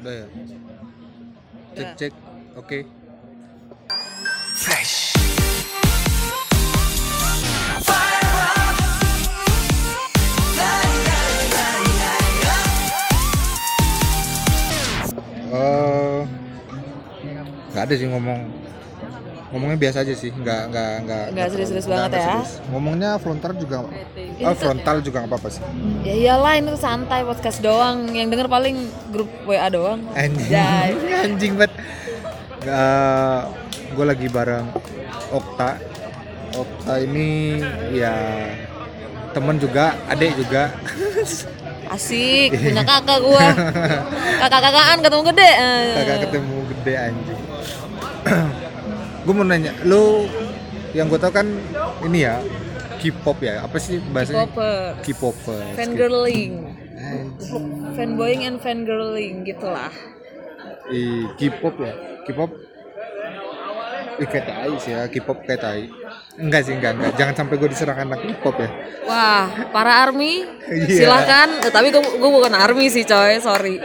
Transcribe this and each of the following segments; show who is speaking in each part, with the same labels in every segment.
Speaker 1: Udah ya. Cek
Speaker 2: Udah.
Speaker 1: cek. Oke.
Speaker 3: Flash.
Speaker 1: Eh, nggak ada sih ngomong. Ngomongnya biasa aja sih, nggak nggak nggak.
Speaker 2: Nggak serius-serius
Speaker 1: terlalu-
Speaker 2: banget
Speaker 1: nggak
Speaker 2: ya?
Speaker 1: serius. Ngomongnya frontal juga.
Speaker 2: Insert
Speaker 1: Ah, frontal juga nggak apa-apa sih.
Speaker 2: Ya iyalah ini tuh santai podcast doang. Yang denger paling grup WA doang. Ya,
Speaker 1: Anjing,
Speaker 2: Anjay.
Speaker 1: anjing banget. Eh, gue lagi bareng Okta. Okta ini ya temen juga, adik juga.
Speaker 2: Asik,
Speaker 1: Iya.
Speaker 2: punya kakak gua. Kakak-kakakan ketemu gede. eh.
Speaker 1: Kagak ketemu gede anjing. gue mau nanya, lu yang gue tau kan ini ya K-pop ya, apa sih bahasanya?
Speaker 2: K-popers.
Speaker 1: K-popers.
Speaker 2: Fangirling.
Speaker 1: Anjing.
Speaker 2: Fanboying and fangirling gitulah.
Speaker 1: Ih, K-pop ya, K-pop. Ih, kayak tai sih ya, K-pop kayak tai. Enggak sih, enggak, enggak. Jangan sampai gue diserang anak K-pop ya.
Speaker 2: Wah, para army
Speaker 1: Iya.
Speaker 2: silahkan. Eh, tapi gue bukan army sih coy, sorry.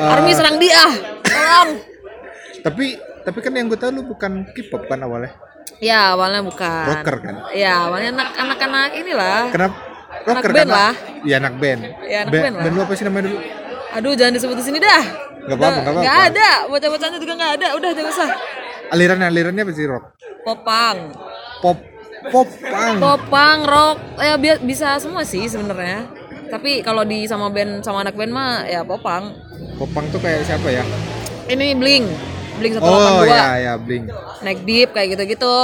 Speaker 1: Ah.
Speaker 2: army serang dia, Ah, tolong.
Speaker 1: Tapi tapi kan yang gue tahu lu bukan K-pop kan awalnya.
Speaker 2: ya awalnya bukan.
Speaker 1: Rocker kan?
Speaker 2: Ya awalnya anak- anak-anak inilah.
Speaker 1: Kenapa? Rocker
Speaker 2: band
Speaker 1: kan?
Speaker 2: lah.
Speaker 1: Iya anak band.
Speaker 2: Iya, anak band lah.
Speaker 1: Band lu apa sih namanya dulu?
Speaker 2: Aduh jangan disebut di sini dah.
Speaker 1: Nggak apa-apa, nggak apa-apa.
Speaker 2: Nggak ada, bocah-bocahnya juga nggak ada. Udah jangan usah.
Speaker 1: Aliran-alirannya apa sih rock?
Speaker 2: Popang,
Speaker 1: Pop pop punk.
Speaker 2: popang, rock, ya bi- bisa semua sih sebenarnya. Tapi kalau di sama band sama anak band mah ya popang.
Speaker 1: Pop punk tuh kayak siapa ya?
Speaker 2: Ini bling, bling 182,
Speaker 1: Oh ya ya Blink. Ah,
Speaker 2: naik deep kayak gitu-gitu.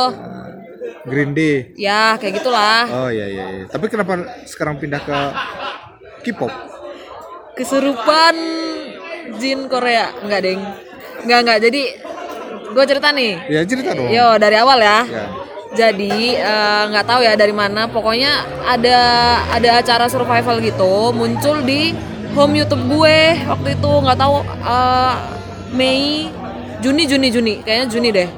Speaker 1: Green Day.
Speaker 2: Ya kayak gitulah.
Speaker 1: Oh ya ya ya. Tapi kenapa sekarang pindah ke K-pop?
Speaker 2: kesurupan Jin Korea nggak deng nggak nggak jadi gue cerita nih
Speaker 1: Ya cerita dong.
Speaker 2: yo dari awal ya
Speaker 1: Ya.
Speaker 2: jadi eh, nggak tahu ya dari mana pokoknya ada ada acara survival gitu muncul di home YouTube gue waktu itu nggak tahu eh, Mei Juni Juni Juni kayaknya Juni deh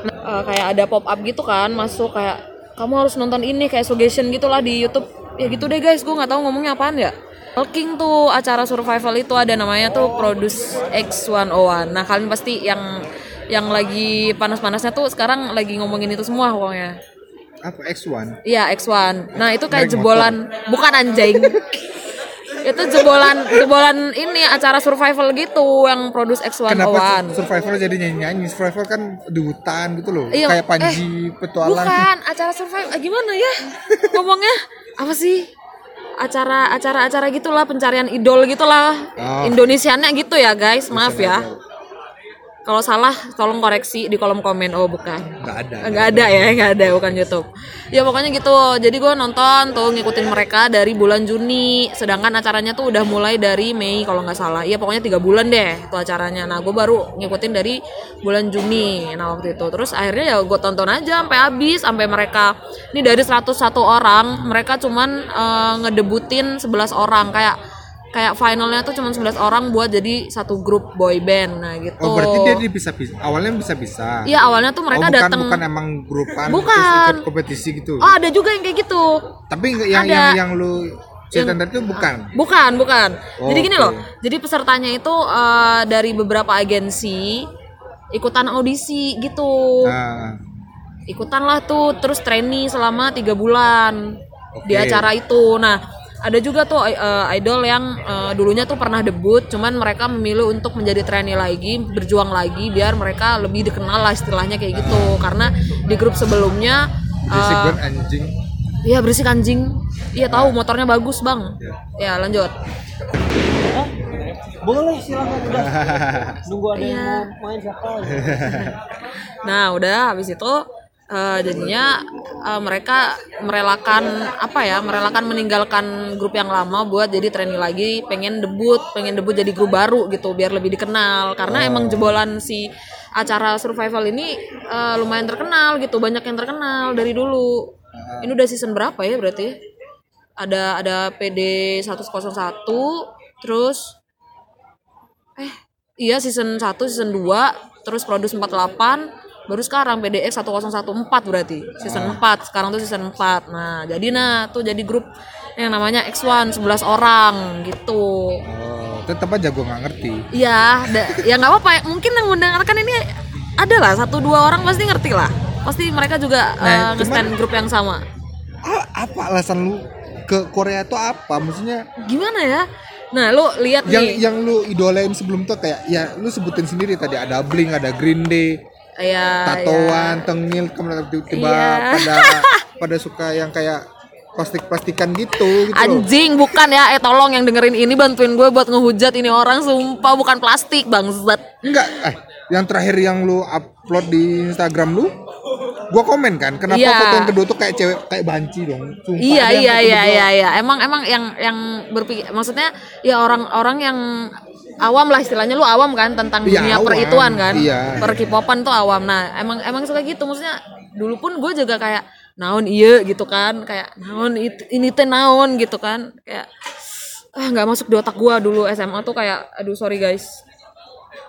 Speaker 2: Nah, eh, kayak ada pop up gitu kan masuk kayak kamu harus nonton ini kayak suggestion gitulah di YouTube ya gitu deh guys gue nggak tahu ngomongnya apaan ya Talking tuh acara survival itu ada namanya tuh Produce X101 nah kalian pasti yang yang lagi panas-panasnya tuh sekarang lagi ngomongin itu semua pokoknya
Speaker 1: Apa X1?
Speaker 2: Iya X1. Nah itu kayak
Speaker 1: Merek
Speaker 2: jebolan, bukan anjing. itu jebolan jebolan ini acara survival gitu yang produce X101.
Speaker 1: Kenapa survivor jadi nyanyi-nyanyi? Survivor kan di hutan gitu loh.
Speaker 2: Iya,
Speaker 1: Kayak Panji petualang.
Speaker 2: Bukan acara survival eh, gimana ya ngomongnya apa sih acara acara acara gitulah pencarian idol gitulah
Speaker 1: Oh.
Speaker 2: Indonesianya gitu ya guys maaf ya kalau salah tolong koreksi di kolom komen oh bukan
Speaker 1: Enggak ada.
Speaker 2: nggak ada ya nggak ada bukan YouTube ya pokoknya gitu jadi gue nonton tuh ngikutin mereka dari bulan Juni sedangkan acaranya tuh udah mulai dari Mei kalau nggak salah ya pokoknya tiga bulan deh tuh acaranya nah gue baru ngikutin dari bulan Juni nah waktu itu terus akhirnya ya gue tonton aja sampai habis sampai mereka ini dari 101 orang mereka cuman eh, ngedebutin 11 orang kayak kayak finalnya tuh cuman 11 orang buat jadi satu grup boy band nah gitu
Speaker 1: Oh, berarti dia bisa-bisa. Awalnya bisa-bisa.
Speaker 2: Iya awalnya tuh
Speaker 1: oh,
Speaker 2: mereka
Speaker 1: bukan,
Speaker 2: datang
Speaker 1: bukan emang grupan terus
Speaker 2: Bukan.
Speaker 1: ikut kompetisi gitu.
Speaker 2: Oh ada juga yang kayak gitu.
Speaker 1: Tapi nggak- yang
Speaker 2: ada.
Speaker 1: yang yang lu cerita tadi itu bukan.
Speaker 2: Bukan, bukan.
Speaker 1: Oh,
Speaker 2: jadi gini
Speaker 1: oke.
Speaker 2: loh. Jadi pesertanya itu eh, dari beberapa agensi ikutan audisi gitu.
Speaker 1: Nah,
Speaker 2: Ikutan lah tuh terus trainee selama tiga bulan di
Speaker 1: Oke.
Speaker 2: acara itu. Nah, ada juga tuh eh, idol yang eh, dulunya tuh pernah debut, cuman mereka memilih untuk menjadi trainee lagi, berjuang lagi biar mereka lebih dikenal lah istilahnya kayak gitu. Karena di grup sebelumnya
Speaker 1: Nah.
Speaker 2: eh,
Speaker 1: berisik
Speaker 2: Ah.
Speaker 1: banget Nah, anjing.
Speaker 2: Iya berisik anjing. Iya
Speaker 1: Nah.
Speaker 2: tahu motornya bagus bang.
Speaker 1: Iya.
Speaker 2: Ya lanjut.
Speaker 4: Boleh silakan udah. Nunggu ada yang
Speaker 2: Iya.
Speaker 4: mau main siapa. gitu.
Speaker 2: Nah udah habis itu eh, jadinya eh, mereka merelakan apa ya merelakan meninggalkan grup yang lama buat jadi trainee lagi pengen debut pengen debut jadi grup baru gitu biar lebih dikenal karena emang jebolan si acara survival ini eh, lumayan terkenal gitu banyak yang terkenal dari dulu ini udah season berapa ya berarti ada ada PD 101 terus eh iya season 1 season 2 terus produce 48 baru sekarang PDX 1014 berarti
Speaker 1: Ah.
Speaker 2: season 4 sekarang tuh season 4 nah jadi nah tuh jadi grup yang namanya X1 11 orang gitu
Speaker 1: Oh, tetap aja gue nggak ngerti
Speaker 2: Iya, da- ya nggak apa-apa. ya. Mungkin yang ngundang kan ini ada lah satu dua orang pasti ngerti lah. Pasti mereka juga
Speaker 1: Nah,
Speaker 2: eh, nge-stand grup yang sama.
Speaker 1: A- Ah, apa alasan lu ke Korea itu apa maksudnya
Speaker 2: Gimana ya? Nah, lu lihat
Speaker 1: yang
Speaker 2: nih.
Speaker 1: yang lu idolain sebelum tuh kayak ya lu sebutin sendiri tadi ada Blink ada Green Day
Speaker 2: ya,
Speaker 1: tatoan tengil kemudian tiba-tiba
Speaker 2: Iya.
Speaker 1: pada pada suka yang kayak plastik-plastikan gitu gitu
Speaker 2: ya.
Speaker 1: loh.
Speaker 2: Anjing bukan ya, eh tolong yang dengerin ini bantuin gue buat ngehujat ini orang sumpah bukan plastik bangsat.
Speaker 1: Enggak, eh yang terakhir yang lu upload di Instagram lu gua komen kan kenapa
Speaker 2: Iya.
Speaker 1: foto yang kedua tuh kayak cewek kayak banci dong Sumpah, ada yang
Speaker 2: Iya
Speaker 1: gitu
Speaker 2: iya
Speaker 1: foto
Speaker 2: iya
Speaker 1: berdua.
Speaker 2: iya iya. Emang emang yang yang berpikir maksudnya ya orang-orang yang awam lah istilahnya lu awam kan tentang
Speaker 1: Iya,
Speaker 2: dunia
Speaker 1: awam.
Speaker 2: perituan kan.
Speaker 1: Iya.
Speaker 2: Per K-popan tuh awam. Nah, emang emang suka gitu maksudnya dulu pun gue juga kayak naon iya gitu kan kayak naon it- ini teh naon gitu kan kayak ah nggak masuk di otak gua dulu SMA tuh kayak aduh sorry guys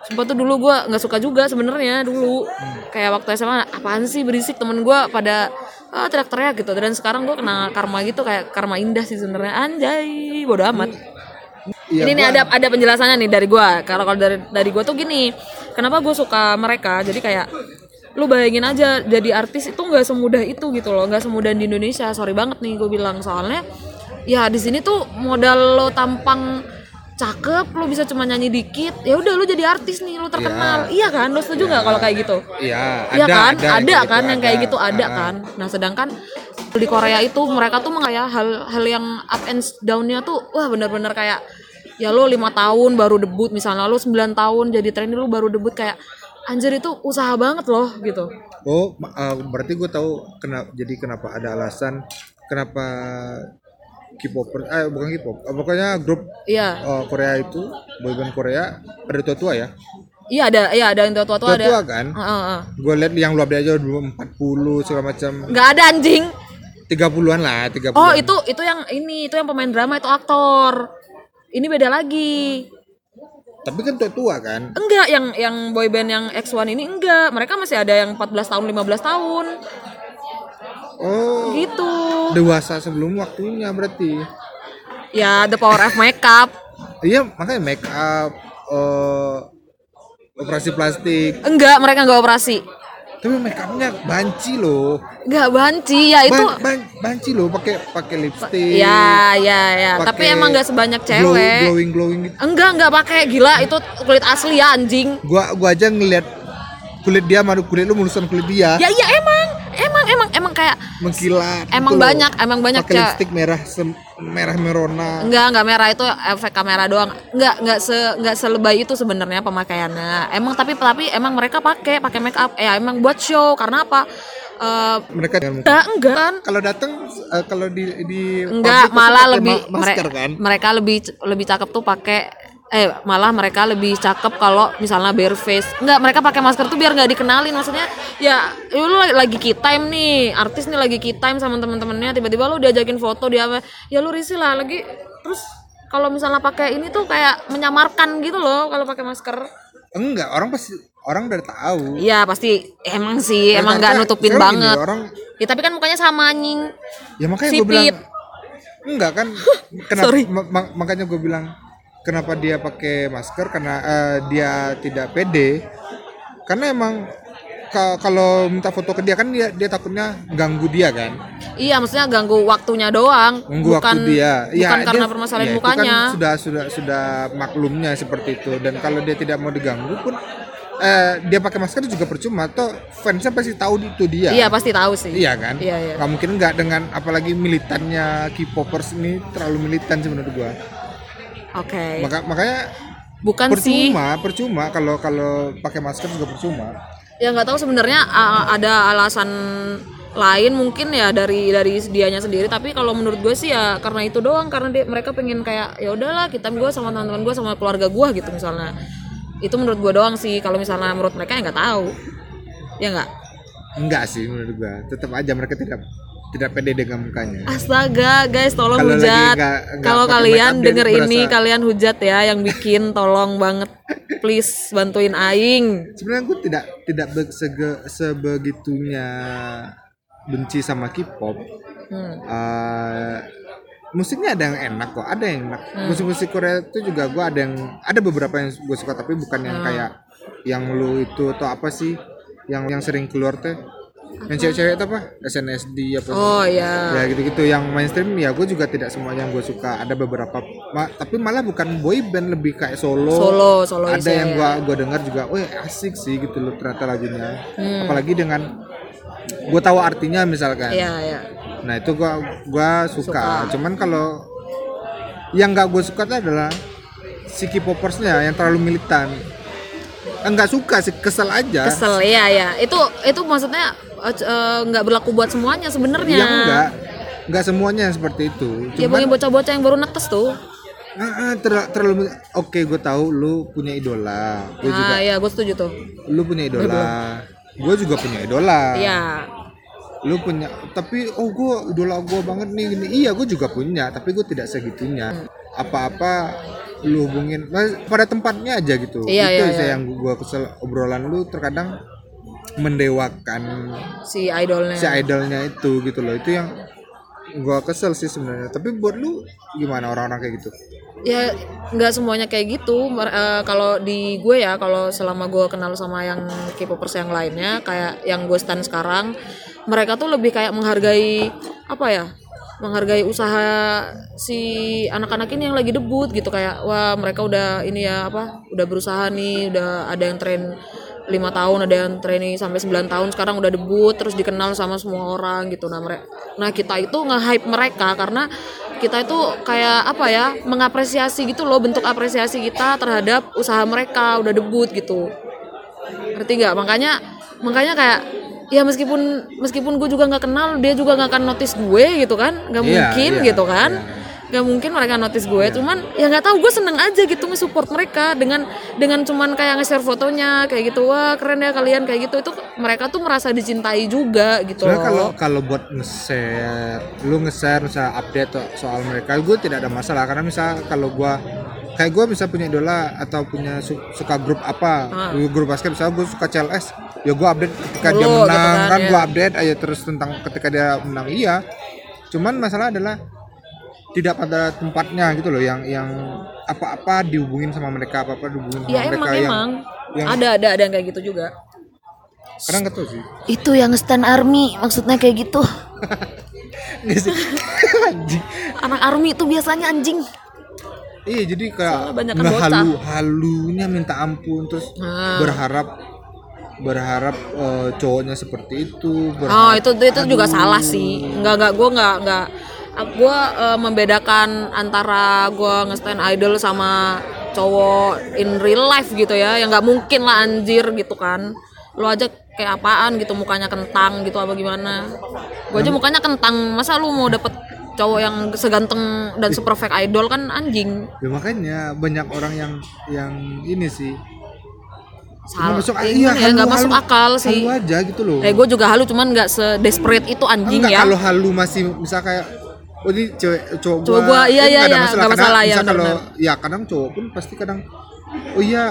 Speaker 2: Sumpah tuh dulu gue nggak suka juga sebenarnya dulu kayak waktu SMA apaan sih berisik temen gue pada ah, teriak-teriak gitu dan sekarang gue kena karma gitu kayak karma indah sih sebenarnya anjay bodo amat
Speaker 1: Iya,
Speaker 2: ini nih
Speaker 1: gua-
Speaker 2: ada ada penjelasannya nih dari gue kalau kalau dari dari gue tuh gini kenapa gue suka mereka jadi kayak lu bayangin aja jadi artis itu nggak semudah itu gitu loh nggak semudah di Indonesia sorry banget nih gue bilang soalnya ya di sini tuh modal lo tampang cakep lu bisa cuma nyanyi dikit ya udah lu jadi artis nih lu terkenal iya kan lu setuju nggak kalau kayak gitu
Speaker 1: iya
Speaker 2: Iya kan, ada,
Speaker 1: yang
Speaker 2: kan
Speaker 1: gitu,
Speaker 2: yang kayak gitu ada
Speaker 1: Ah,
Speaker 2: kan. Nah sedangkan di Korea itu mereka tuh kayak hal-hal yang up and down-nya tuh wah bener-bener kayak ya lo lima tahun baru debut misalnya lo 9 tahun jadi trainee lo baru debut kayak anjir itu usaha banget loh gitu.
Speaker 1: Oh, ma- eh, berarti gue tahu kenapa jadi kenapa ada alasan kenapa K-popper eh bukan K-pop. eh, pokoknya grup
Speaker 2: Iya,
Speaker 1: eh, Korea itu boyband Korea pada tua-tua ya.
Speaker 2: iya ada, iya ada yang tua-tua ada.
Speaker 1: Tua-tua kan.
Speaker 2: Heeh, heeh.
Speaker 1: Gue lihat yang lu update aja dulu 40 segala macam.
Speaker 2: Nggak ada anjing.
Speaker 1: 30-an lah, 30.
Speaker 2: Oh itu itu yang ini itu yang pemain drama itu aktor. Ini beda lagi.
Speaker 1: Tapi kan tua-tua kan.
Speaker 2: Enggak, yang yang boyband yang X1 ini enggak. Mereka masih ada yang 14 tahun, 15 tahun.
Speaker 1: Oh,
Speaker 2: Gitu.
Speaker 1: dewasa sebelum waktunya berarti.
Speaker 2: Ya, the power of makeup.
Speaker 1: Iya, makanya make up eh, operasi plastik.
Speaker 2: Enggak, mereka enggak operasi.
Speaker 1: Tapi make upnya banci loh.
Speaker 2: Enggak banci, ya itu.
Speaker 1: Ban- ban- banci loh pakai pakai lipstick.
Speaker 2: Ya, ya, ya.
Speaker 1: pakai
Speaker 2: Tapi emang enggak sebanyak
Speaker 1: glow-
Speaker 2: cewek.
Speaker 1: glowing glowing gitu.
Speaker 2: Enggak, enggak pakai gila itu kulit asli ya anjing.
Speaker 1: Gua gua aja ngeliat kulit dia madu kulit lu murusan kulit dia
Speaker 2: Ya iya emang, emang emang emang kayak
Speaker 1: mengkilat.
Speaker 2: Emang
Speaker 1: gitu loh.
Speaker 2: banyak, emang banyak,
Speaker 1: Pakai
Speaker 2: Ca.
Speaker 1: lipstick merah sem- merah merona.
Speaker 2: Enggak, enggak merah itu efek kamera doang. Enggak, enggak se enggak selebay itu sebenarnya pemakaiannya. Emang tapi tapi emang mereka pakai pakai make up. Ya emang buat show karena apa? Eh,
Speaker 1: Mereka dengan muka-
Speaker 2: enggak, enggak kan?
Speaker 1: kalau datang eh, kalau di di publik
Speaker 2: Enggak, malah
Speaker 1: pasti pakai
Speaker 2: lebih
Speaker 1: ma- masker
Speaker 2: mere-
Speaker 1: kan.
Speaker 2: Mereka lebih lebih cakep tuh pakai eh malah mereka lebih cakep kalau misalnya bare face. Enggak, mereka pakai masker tuh biar nggak dikenalin. Maksudnya ya lu lagi- lagi key time nih, artis nih lagi key time sama temen-temennya tiba-tiba lu diajakin foto dia apa, ya lu risih lah lagi terus kalau misalnya pakai ini tuh kayak menyamarkan gitu loh kalau pakai masker.
Speaker 1: Enggak, orang pasti orang udah tahu.
Speaker 2: Iya, pasti emang sih,
Speaker 1: Dan
Speaker 2: Iya, emang nggak
Speaker 1: ternyata
Speaker 2: nutupin
Speaker 1: sekarang kan gini,
Speaker 2: banget.
Speaker 1: orang
Speaker 2: Ya tapi kan mukanya sama anjing.
Speaker 1: ya makanya gue
Speaker 2: Sipit.
Speaker 1: bilang enggak kan kenapa
Speaker 2: Sorry.
Speaker 1: ma- ma- makanya gue bilang kenapa dia pakai masker karena eh, dia tidak pede karena emang ka- kalau minta foto ke dia kan dia dia takutnya ganggu dia kan
Speaker 2: Iya, maksudnya ganggu waktunya doang,
Speaker 1: ganggu
Speaker 2: bukan
Speaker 1: waktu dia Iya,
Speaker 2: bukan
Speaker 1: dia-
Speaker 2: karena permasalahan
Speaker 1: ya, itu kan
Speaker 2: mukanya.
Speaker 1: sudah sudah sudah maklumnya seperti itu dan kalau dia tidak mau diganggu pun eh, dia pakai masker juga percuma toh fansnya pasti tahu itu dia
Speaker 2: Iya, pasti tahu sih.
Speaker 1: Iya kan?
Speaker 2: Iya, iya.
Speaker 1: Nggak mungkin nggak dengan apalagi militannya K-popers ini terlalu militan sih menurut gua.
Speaker 2: Oke.
Speaker 1: Maka makanya
Speaker 2: Bukan Iya. Kan sih.
Speaker 1: percuma, percuma kalau kalau pakai masker juga percuma.
Speaker 2: Ya nggak tahu sebenarnya a- ada alasan lain mungkin ya dari dari dianya sendiri tapi kalau menurut gue sih ya karena itu doang karena dia, mereka pengen kayak ya udahlah kita gue sama teman-teman gue sama keluarga gue gitu misalnya itu menurut gue doang sih kalau misalnya menurut mereka ya nggak tahu ya nggak
Speaker 1: Enggak sih menurut gua. Tetap aja mereka tidak tidak pede dengan mukanya.
Speaker 2: Astaga, guys, tolong
Speaker 1: Kalau lagi nggak-
Speaker 2: hujat.
Speaker 1: nggak
Speaker 2: Kalau
Speaker 1: pakai
Speaker 2: kalian
Speaker 1: make up,
Speaker 2: denger
Speaker 1: dia
Speaker 2: ini,
Speaker 1: berasa-
Speaker 2: kalian hujat ya yang bikin, tolong banget. Please bantuin aing.
Speaker 1: Sebenarnya gua tidak tidak be- sege- sebegitunya benci sama K-pop.
Speaker 2: Hmm.
Speaker 1: Eh, musiknya ada yang enak kok ada yang enak musik-musik Korea itu juga gue ada yang ada beberapa yang gue suka tapi bukan yang kayak yang lu itu atau apa sih yang yang sering keluar teh yang cewek-cewek itu apa SNSD apa
Speaker 2: Oh ya.
Speaker 1: ya gitu-gitu yang mainstream ya gue juga tidak semuanya yang gue suka ada beberapa ma- tapi malah bukan boy band lebih kayak solo
Speaker 2: Solo, solo
Speaker 1: ada
Speaker 2: Isya,
Speaker 1: yang
Speaker 2: ya.
Speaker 1: gua gua dengar juga weh asik sih gitu loh ternyata lagunya apalagi dengan gua tahu artinya misalkan
Speaker 2: Hmm. Iya, iya.
Speaker 1: nah itu gua gua suka,
Speaker 2: Suka.
Speaker 1: cuman kalau yang nggak gue suka tuh adalah si K-popersnya yang terlalu militan enggak suka sih kesel aja
Speaker 2: Kesel ya ya. Itu itu maksudnya eh, c- eh, nggak berlaku buat semuanya sebenarnya.
Speaker 1: yang Iya, enggak enggak semuanya yang seperti itu
Speaker 2: Ya
Speaker 1: cuman
Speaker 2: bagi bocah-bocah yang baru netes tuh.
Speaker 1: ah, ah, terla- terlalu mil- oke gue tahu lu punya idola gue juga
Speaker 2: Nah, ya gue setuju tuh.
Speaker 1: lu punya idola gue juga punya idola
Speaker 2: Iya.
Speaker 1: lu punya tapi oh gue idola gue banget nih gini iya gue juga punya tapi gue tidak segitunya
Speaker 2: Hmm.
Speaker 1: apa-apa lu hubungin mas- pada tempatnya aja gitu
Speaker 2: Iya,
Speaker 1: itu
Speaker 2: iya,
Speaker 1: sih
Speaker 2: iya.
Speaker 1: yang gue kesel obrolan lu terkadang mendewakan
Speaker 2: Si idolnya.
Speaker 1: si idolnya itu gitu loh itu yang gue kesel sih sebenarnya tapi buat lu gimana orang-orang kayak gitu
Speaker 2: ya nggak semuanya kayak gitu Mer- eh, kalau di gue ya kalau selama gue kenal sama yang K-popers yang lainnya kayak yang gue stan sekarang mereka tuh lebih kayak menghargai apa ya menghargai usaha si anak-anak ini yang lagi debut gitu kayak wah mereka udah ini ya apa udah berusaha nih udah ada yang tren lima tahun ada yang trainee sampai 9 tahun sekarang udah debut terus dikenal sama semua orang gitu nah mereka nah kita itu nge-hype mereka karena kita itu kayak apa ya mengapresiasi gitu loh bentuk apresiasi kita terhadap usaha mereka udah debut gitu ngerti nggak makanya makanya kayak ya meskipun meskipun gue juga nggak kenal dia juga nggak akan notice gue gitu kan nggak
Speaker 1: Iya,
Speaker 2: mungkin
Speaker 1: iya,
Speaker 2: gitu kan nggak mungkin mereka notice gue cuman ya nggak tahu gue seneng aja gitu nge-support mereka dengan dengan cuman kayak nge-share fotonya kayak gitu wah keren ya kalian kayak gitu itu mereka tuh merasa dicintai juga gitu
Speaker 1: Soalnya
Speaker 2: loh
Speaker 1: kalau kalau buat nge-share, lu nge-share misalnya update to- soal mereka, gue tidak ada masalah karena misal kalau gua kayak gua bisa punya idola atau punya su- suka grup apa,
Speaker 2: Ah.
Speaker 1: grup basket misalnya gue suka CLS, ya gua update ketika dia
Speaker 2: Mulu gitu
Speaker 1: menang
Speaker 2: kan,
Speaker 1: kan,
Speaker 2: ya.
Speaker 1: gua update aja terus tentang ketika dia menang iya. Cuman masalah adalah tidak pada tempatnya gitu loh yang yang apa-apa dihubungin sama mereka apa-apa dihubungin sama mereka
Speaker 2: ya emang
Speaker 1: yang
Speaker 2: emang
Speaker 1: yang-
Speaker 2: ada ada ada yang kayak gitu juga
Speaker 1: kadang nggak tahu sih
Speaker 3: Itu yang stand army maksudnya kayak gitu.
Speaker 1: Nggak sih. Anjing.
Speaker 3: Anak army itu biasanya anjing.
Speaker 1: Iya jadi
Speaker 2: Soalnya
Speaker 1: kayak
Speaker 2: banyakan
Speaker 1: ngehalu halunya minta ampun terus
Speaker 2: Ah.
Speaker 1: berharap berharap eh, cowoknya seperti itu
Speaker 2: Oh
Speaker 1: berharap-
Speaker 2: itu itu juga
Speaker 1: Aduh.
Speaker 2: salah sih. Enggak enggak gue enggak enggak gue eh, membedakan antara gue ngestan idol sama cowok in real life gitu ya. Yang nggak mungkin lah anjir gitu kan. Lu aja kayak apaan gitu mukanya kentang gitu apa gimana. Gue aja mukanya kentang. Masa lu mau dapet cowok yang seganteng dan seperfect idol kan anjing.
Speaker 1: Ya, makanya banyak orang yang yang ini sih
Speaker 2: Salah.
Speaker 1: nggak masuk
Speaker 2: Iya,
Speaker 1: iya,
Speaker 2: ya, nggak
Speaker 1: halu-
Speaker 2: masuk akal sih.
Speaker 1: halu aja gitu loh
Speaker 2: Eh gue juga halu cuman nggak se desperate itu anjing
Speaker 1: Enggak
Speaker 2: ya.
Speaker 1: kalau halu masih misal kayak oh ini cewek cowok
Speaker 2: Cowok gua, iya,
Speaker 1: ini
Speaker 2: iya,
Speaker 1: nggak ada
Speaker 2: iya,
Speaker 1: masalah,
Speaker 2: nggak
Speaker 1: Kadang-
Speaker 2: masalah, iya,
Speaker 1: misal kalau
Speaker 2: benar.
Speaker 1: ya kadang cowok pun pasti kadang oh iya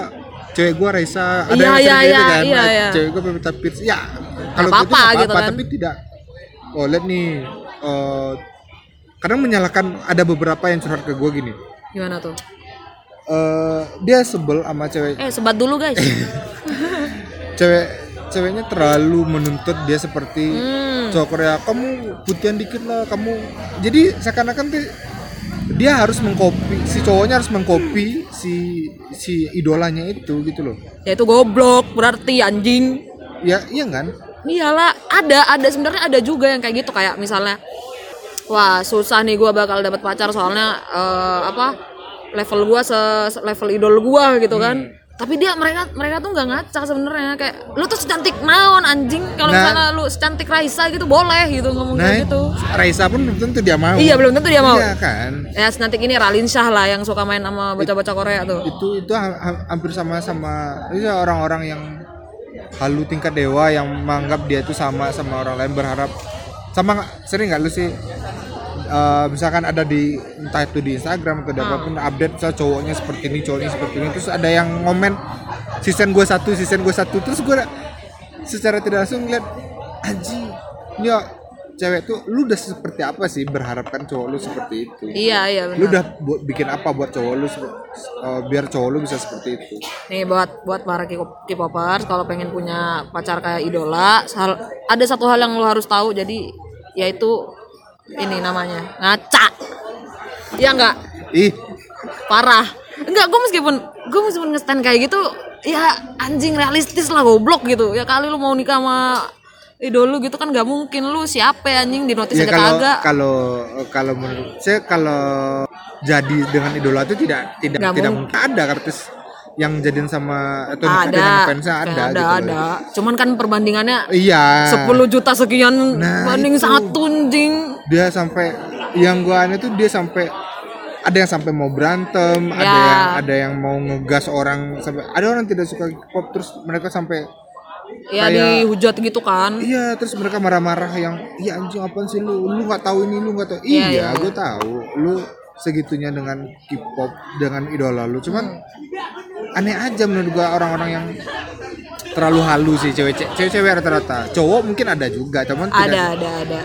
Speaker 1: cewek gua Raisa ada
Speaker 2: Iya,
Speaker 1: yang
Speaker 2: iya,
Speaker 1: sering gitu
Speaker 2: iya,
Speaker 1: kan
Speaker 2: iya,
Speaker 1: eh,
Speaker 2: iya.
Speaker 1: cewek gua Pevita Pierce ya kalau
Speaker 2: Nggak
Speaker 1: gitu
Speaker 2: apa-apa
Speaker 1: nggak
Speaker 2: gitu
Speaker 1: apa-apa,
Speaker 2: kan.
Speaker 1: tapi tidak oh lihat nih eh, kadang menyalahkan ada beberapa yang curhat ke gua gini
Speaker 2: Gimana tuh?
Speaker 1: eh dia sebel sama cewek
Speaker 2: Eh sebat dulu guys.
Speaker 1: cewek ceweknya terlalu menuntut dia seperti
Speaker 2: Hmm.
Speaker 1: cowok Korea kamu putihan dikit lah kamu jadi seakan-akan tuh dia harus mengkopi si cowoknya harus mengkopi si si idolanya itu gitu loh
Speaker 2: ya itu goblok berarti anjing
Speaker 1: ya iya kan
Speaker 2: iyalah ada ada sebenarnya ada juga yang kayak gitu kayak misalnya wah susah nih gua bakal dapat pacar soalnya eh, apa level gua se se- level idol gua gitu kan
Speaker 1: Hmm.
Speaker 2: tapi dia mereka mereka tuh nggak ngaca sebenarnya kayak lu tuh secantik naon anjing kalau
Speaker 1: Nah.
Speaker 2: misalnya lu secantik Raisa gitu boleh gitu ngomong
Speaker 1: nah
Speaker 2: kayak gitu
Speaker 1: Raisa pun belum tentu dia mau
Speaker 2: iya belum tentu dia mau
Speaker 1: Iya kan
Speaker 2: ya nanti ini Ralin Shah lah yang suka main sama bocah-bocah Korea tuh
Speaker 1: itu itu ha- ha- hampir sama sama itu orang-orang yang halu tingkat dewa yang menganggap dia itu sama sama orang lain berharap sama nggak- sering nggak lu sih eh, misalkan ada di entah itu di Instagram atau di apapun update misalnya cowoknya seperti ini cowoknya seperti ini terus ada yang ngomen season gue satu season gue satu terus gue secara tidak langsung ngeliat aji ya cewek tuh lu udah seperti apa sih berharapkan cowok lu seperti itu
Speaker 2: Iya iya
Speaker 1: lu
Speaker 2: benar.
Speaker 1: udah buat bikin apa buat cowok lu se- eh, biar cowok lu bisa seperti itu
Speaker 2: Nih buat buat para K-pop- K-popers kalau pengen punya pacar kayak idola, hal- ada satu hal yang lu harus tahu jadi yaitu ini namanya ngaca. Iya enggak?
Speaker 1: ih
Speaker 2: Parah. Enggak, gue meskipun gue meskipun ngestan kayak gitu, ya anjing realistis lah goblok gitu. Ya kali lu mau nikah sama idol lu gitu kan nggak mungkin lu siapa ya, anjing di notis
Speaker 1: ya
Speaker 2: aja
Speaker 1: kalau
Speaker 2: kagak.
Speaker 1: kalau eh, kalau menurut saya kalau jadi dengan idola itu tidak tidak
Speaker 2: Nggak
Speaker 1: tidak
Speaker 2: mungkin.
Speaker 1: mungkin ada artis yang jadian sama atau nikah
Speaker 2: ada
Speaker 1: dengan fansnya ada
Speaker 2: ada,
Speaker 1: gitu loh.
Speaker 2: ada. cuman kan perbandingannya
Speaker 1: iya
Speaker 2: 10 juta sekian
Speaker 1: Nah,
Speaker 2: banding
Speaker 1: itu.
Speaker 2: satu anjing
Speaker 1: dia sampai yang gua aneh tuh dia sampai ada yang sampai mau berantem, ada
Speaker 2: Ya.
Speaker 1: yang ada yang mau ngegas orang sampai ada orang tidak suka pop terus mereka sampai Kayak-
Speaker 2: ya dihujat gitu kan
Speaker 1: iya terus mereka marah-marah yang iya anjing apaan sih lu lu nggak tahu ini lu nggak tahu
Speaker 2: Iya,
Speaker 1: iya
Speaker 2: iya.
Speaker 1: gue tahu lu segitunya dengan K-pop dengan idola lu cuman aneh aja menurut gua orang-orang yang terlalu halu sih cewek cewek rata-rata cowok mungkin ada juga cuman
Speaker 2: ada
Speaker 1: tidak
Speaker 2: ada ada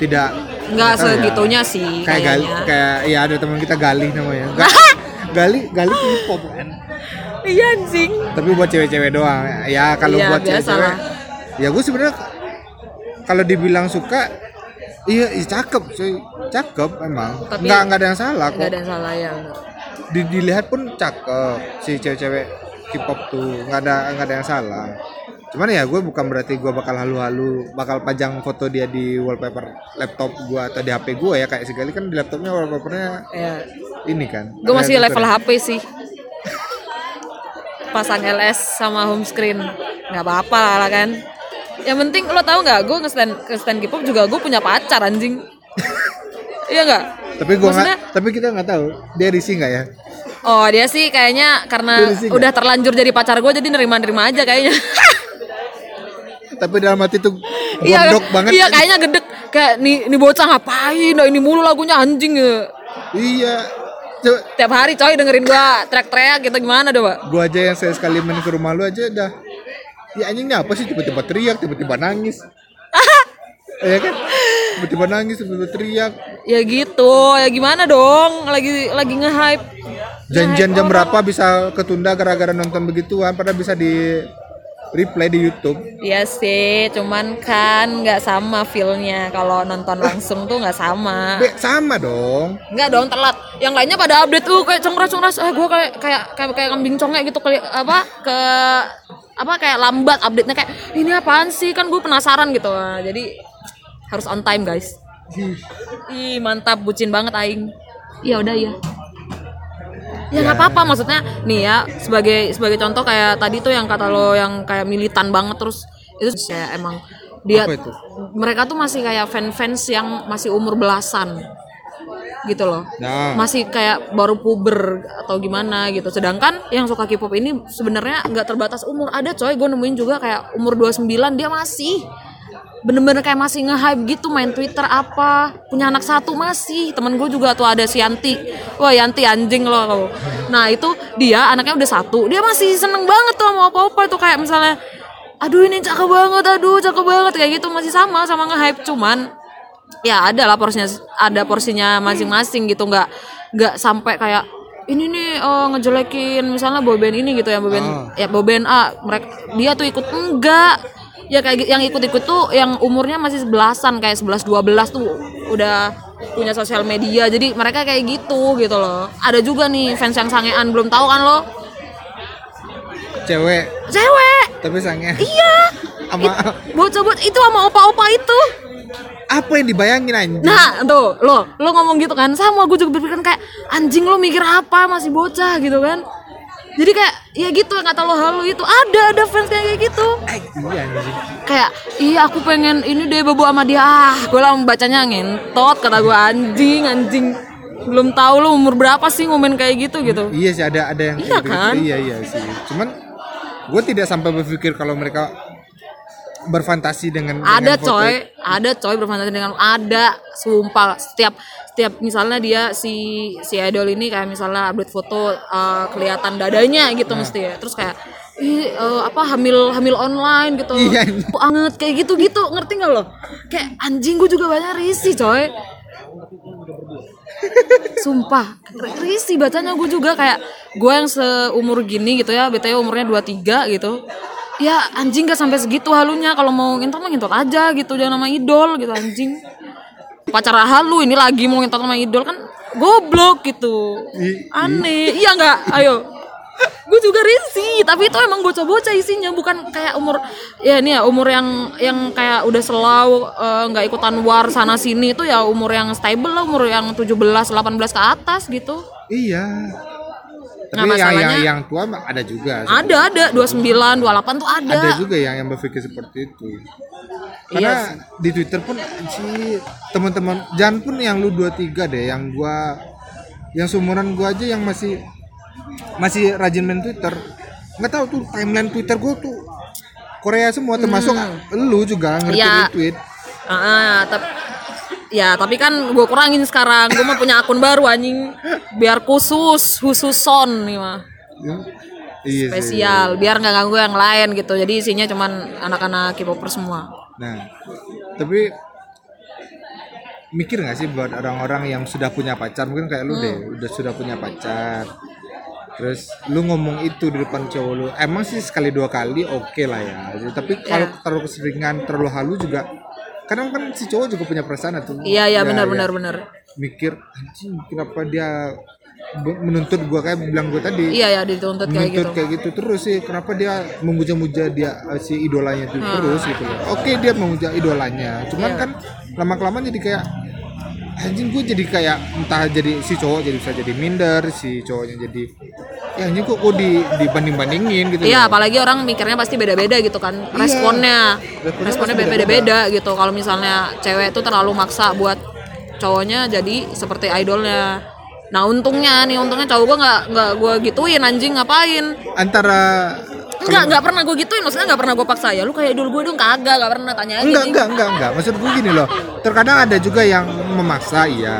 Speaker 1: tidak
Speaker 2: nggak
Speaker 1: tahu ya.
Speaker 2: segitunya sih
Speaker 1: kayak gali,
Speaker 2: kayaknya
Speaker 1: kayak ya ada teman kita gali namanya Ga- gali gali K-pop kan
Speaker 2: iya anjing
Speaker 1: tapi buat cewek-cewek doang ya kalau
Speaker 2: Iya,
Speaker 1: buat
Speaker 2: biasa
Speaker 1: cewek-cewek
Speaker 2: lah.
Speaker 1: ya gue sebenarnya k- kalau dibilang suka iya iya cakep cuy cakep emang
Speaker 2: Tapi-
Speaker 1: nggak nggak ada yang salah
Speaker 2: nggak
Speaker 1: kok
Speaker 2: ada yang salah ya bener.
Speaker 1: Di- dilihat pun cakep si cewek-cewek K-pop tuh nggak ada nggak ada yang salah cuman ya gue bukan berarti gue bakal halu-halu bakal pajang foto dia di wallpaper laptop gue atau di HP gue ya kayak sekali kan di laptopnya wallpapernya
Speaker 2: ya.
Speaker 1: ini kan
Speaker 2: gue masih
Speaker 1: Ada
Speaker 2: level
Speaker 1: fitur ya.
Speaker 2: HP sih pasang LS sama home screen nggak apa-apa lah, lah kan yang penting lo tau nggak gue nge-stand nge-stand K-pop juga gue punya pacar anjing iya nggak
Speaker 1: tapi gua nggak
Speaker 2: Maksudnya-
Speaker 1: tapi kita nggak tahu dia risih nggak ya
Speaker 2: Oh dia sih kayaknya karena
Speaker 1: Dia risih nggak?
Speaker 2: udah terlanjur jadi pacar gue jadi nerima-nerima aja kayaknya.
Speaker 1: tapi dalam hati tuh
Speaker 2: iya
Speaker 1: gondok banget
Speaker 2: Iya kayaknya gedek kayak nih nih bocah ngapain? Nah, ini mulu lagunya anjing ya.
Speaker 1: iya coba
Speaker 2: Tiap hari coy dengerin gua teriak-teriak gitu gimana coba?
Speaker 1: gua aja yang saya sekali main ke rumah lu aja dah ya anjingnya apa sih tiba-tiba teriak tiba-tiba nangis Iya kan tiba-tiba nangis tiba-tiba teriak
Speaker 2: Ya gitu, ya gimana dong? Lagi lagi nge-hype.
Speaker 1: janjian
Speaker 2: oh.
Speaker 1: jam berapa bisa ketunda gara-gara nonton begituan padahal bisa di replay di YouTube
Speaker 2: Iya sih, cuman kan nggak sama feel-nya kalau nonton langsung tuh nggak sama.
Speaker 1: Be, sama dong
Speaker 2: Enggak dong telat. Yang lainnya pada update uh kayak cengras cengras. Ah gua kayak kayak kayak kayak kambing congek gitu kali apa ke apa kayak lambat update-nya kayak ini apaan sih kan gue penasaran gitu. Nah, jadi harus on time guys. Ih mantap bucin banget aing. Iya udah ya. Ya nggak apa-apa maksudnya nih ya sebagai sebagai contoh kayak tadi tuh yang kata lo yang kayak militan banget terus itu kayak emang dia
Speaker 1: Apa itu?
Speaker 2: mereka tuh masih kayak fan-fans yang masih umur belasan gitu loh
Speaker 1: nah
Speaker 2: masih kayak baru puber atau gimana gitu. Sedangkan yang suka K-pop ini sebenarnya nggak terbatas umur. Ada coy, gue nemuin juga kayak umur 29 dia masih bener-bener kayak masih nge-hype gitu main Twitter apa punya anak satu masih temen gue juga tuh ada si Yanti wah Yanti anjing loh kau nah itu dia anaknya udah satu dia masih seneng banget tuh sama apa-apa tuh kayak misalnya aduh ini cakep banget aduh cakep banget kayak gitu masih sama sama nge-hype cuman ya ada lah porsinya ada porsinya masing-masing gitu nggak nggak sampai kayak ini nih eh, ngejelekin misalnya boyband ini gitu ya boyband ya boyband A mereka dia tuh ikut enggak ya kayak gi- yang ikut-ikut tuh yang umurnya masih sebelasan kayak 11 12 tuh udah punya sosial media jadi mereka kayak gitu gitu loh ada juga nih fans yang sangean belum tahu kan lo
Speaker 1: cewek
Speaker 2: cewek
Speaker 1: tapi sange
Speaker 2: iya
Speaker 1: sama
Speaker 2: bocah-bocah itu sama opa-opa itu
Speaker 1: apa yang dibayangin anjing
Speaker 2: Nah, tuh, lo, lo ngomong gitu kan, sama gue juga berpikiran kayak anjing lo mikir apa masih bocah gitu kan. Jadi kayak ya gitu yang kata lo halu itu ada ada fans kayak kayak gitu.
Speaker 1: Eh, iya anjing
Speaker 2: Kayak iya aku pengen ini deh bobo sama dia. Ah, gue lah bacanya ngentot kata gue anjing anjing. Belum tahu lo umur berapa sih ngomen kayak gitu gitu.
Speaker 1: Iya sih ada ada yang kayak
Speaker 2: Iya
Speaker 1: gitu-gitu.
Speaker 2: kan?
Speaker 1: Iya iya sih. Cuman gue tidak sampai berpikir kalau mereka berfantasi dengan dengan
Speaker 2: ada
Speaker 1: foto
Speaker 2: coy
Speaker 1: itu?
Speaker 2: ada coy berfantasi dengan ada sumpah setiap setiap misalnya dia si si idol ini kayak misalnya update foto uh, kelihatan dadanya gitu
Speaker 1: Nah.
Speaker 2: mesti ya terus kayak Ih, uh, apa hamil hamil online gitu
Speaker 1: Iya.
Speaker 2: banget kayak gitu gitu ngerti nggak lo kayak anjing gue juga banyak risih coy Sumpah, risih bacanya gue juga kayak gue yang seumur gini gitu ya, BTW umurnya 23 gitu. Ya anjing gak sampai segitu halunya kalau mau ngintot mah ngintot aja gitu, jangan sama idol gitu anjing. Pacar halu ini lagi mau ngintot sama idol kan goblok gitu.
Speaker 1: I-
Speaker 2: Aneh. Iya nggak? Ayo. Gue juga risih, tapi itu emang bocah-bocah isinya bukan kayak umur ya ini ya umur yang yang kayak udah selau eh, nggak ikutan war sana sini itu ya umur yang stable lah, umur yang 17 18 ke atas gitu.
Speaker 1: Iya.
Speaker 2: Nah,
Speaker 1: Tapi yang, yang
Speaker 2: masalahnya-
Speaker 1: yang tua mah ada juga.
Speaker 2: Ada ada 29, 28 tuh ada.
Speaker 1: Ada juga yang yang berpikir seperti itu. Karena di Twitter pun si teman-teman jangan pun yang lu 23 deh yang gua yang seumuran gua aja yang masih masih rajin main Twitter. nggak tahu tuh timeline Twitter gua tuh Korea semua termasuk lu juga ngerti
Speaker 2: Iya.
Speaker 1: tweet.
Speaker 2: Ah, tapi ya tapi kan gue kurangin sekarang. Gue mau punya akun baru anjing biar khusus, khusus son nih mah.
Speaker 1: Iya sih.
Speaker 2: Spesial, biar nggak ganggu yang lain gitu. Jadi isinya cuman anak-anak K-popper semua.
Speaker 1: Nah, tapi mikir nggak sih buat orang-orang yang sudah punya pacar mungkin kayak lu
Speaker 2: Hmm.
Speaker 1: deh udah sudah punya pacar terus lu ngomong itu di depan cowok lu emang sih sekali dua kali oke lah ya
Speaker 2: Iya.
Speaker 1: tapi kalau terlalu keseringan terlalu halu juga kadang kan si cowok juga punya perasaan tuh
Speaker 2: Iya,
Speaker 1: Ya,
Speaker 2: iya benar
Speaker 1: ya.
Speaker 2: benar benar.
Speaker 1: mikir anjing kenapa dia be- menuntut gua kayak bilang gua tadi
Speaker 2: Iya ya dituntut kayak
Speaker 1: menuntut
Speaker 2: gitu.
Speaker 1: kayak gitu terus sih kenapa dia memuja-muja dia eh, si idolanya itu
Speaker 2: Hmm.
Speaker 1: terus gitu loh oke dia memuja idolanya cuman
Speaker 2: Iya.
Speaker 1: kan lama kelamaan jadi kayak anjing gue jadi kayak entah jadi si cowok jadi bisa jadi minder si cowoknya jadi ya anjing kok gue di dibanding bandingin gitu loh.
Speaker 2: Iya, apalagi orang mikirnya pasti beda-beda gitu kan. Responnya,
Speaker 1: Responnya
Speaker 2: responnya
Speaker 1: pasti
Speaker 2: beda-beda gitu. Kalau misalnya cewek itu terlalu maksa buat cowoknya jadi seperti idolnya. Nah untungnya nih, untungnya cowok gue nggak nggak gue gituin anjing ngapain.
Speaker 1: antara
Speaker 2: Enggak, enggak pernah gue gituin, maksudnya enggak pernah gue paksa ya. Lu kayak idol gue dong, kagak, enggak pernah tanya aja.
Speaker 1: enggak
Speaker 2: Jing.
Speaker 1: enggak enggak enggak maksud gue gini loh terkadang ada juga yang memaksa iya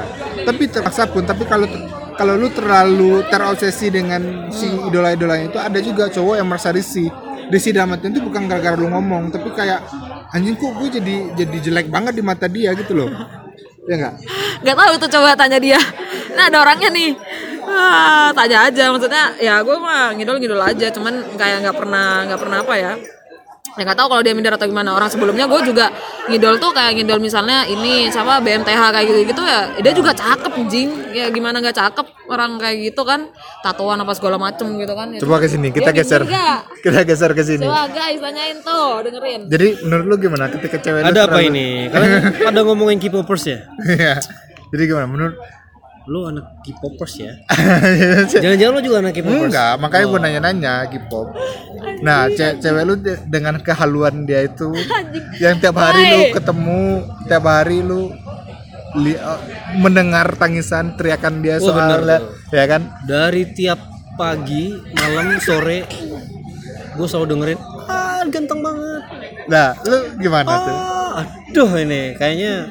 Speaker 1: tapi terpaksa pun tapi kalau kalau lu terlalu terobsesi dengan si idola-idolanya itu ada juga cowok yang merasa risih risih dalam artian itu bukan gara-gara lu ngomong tapi kayak anjing kok gue jadi jadi jelek banget di mata dia gitu loh ya enggak
Speaker 2: Enggak tahu tuh coba tanya dia. Nah, ada orangnya nih. Ah, tanya aja maksudnya ya gue mah ngidol-ngidol aja cuman kayak nggak pernah nggak pernah apa ya ya nggak tahu kalau dia minder atau gimana orang sebelumnya gue juga ngidol tuh kayak ngidol misalnya ini siapa BMTH kayak gitu gitu ya dia juga cakep anjing ya gimana nggak cakep orang kayak gitu kan tatoan apa segala macem gitu kan
Speaker 1: coba ke sini kita
Speaker 2: Dia
Speaker 1: geser
Speaker 2: minder nggak?
Speaker 1: kita geser ke sini
Speaker 2: coba guys tanyain tuh dengerin
Speaker 1: jadi menurut lu gimana ketika cewek lu
Speaker 4: Ada apa
Speaker 1: terlalu-
Speaker 4: ini? Kalian pada ngomongin K-popers ya?
Speaker 1: Iya. jadi gimana menurut Iya,
Speaker 4: Lu anak K-popers ya? Jangan-jangan lu juga anak K-popers?
Speaker 1: Enggak, makanya gue nanya-nanya K-pop. Nah, ce- cewek lu de- dengan kehaluan dia itu yang tiap hari lu ketemu, tiap hari lu li- eh, mendengar tangisan teriakan dia
Speaker 4: Oh,
Speaker 1: soal
Speaker 4: bener
Speaker 1: liat- ya kan?
Speaker 4: Dari tiap pagi, malam, sore Gue selalu dengerin Ah ganteng banget
Speaker 1: Nah, lu gimana tuh?
Speaker 4: Ah, aduh ini kayaknya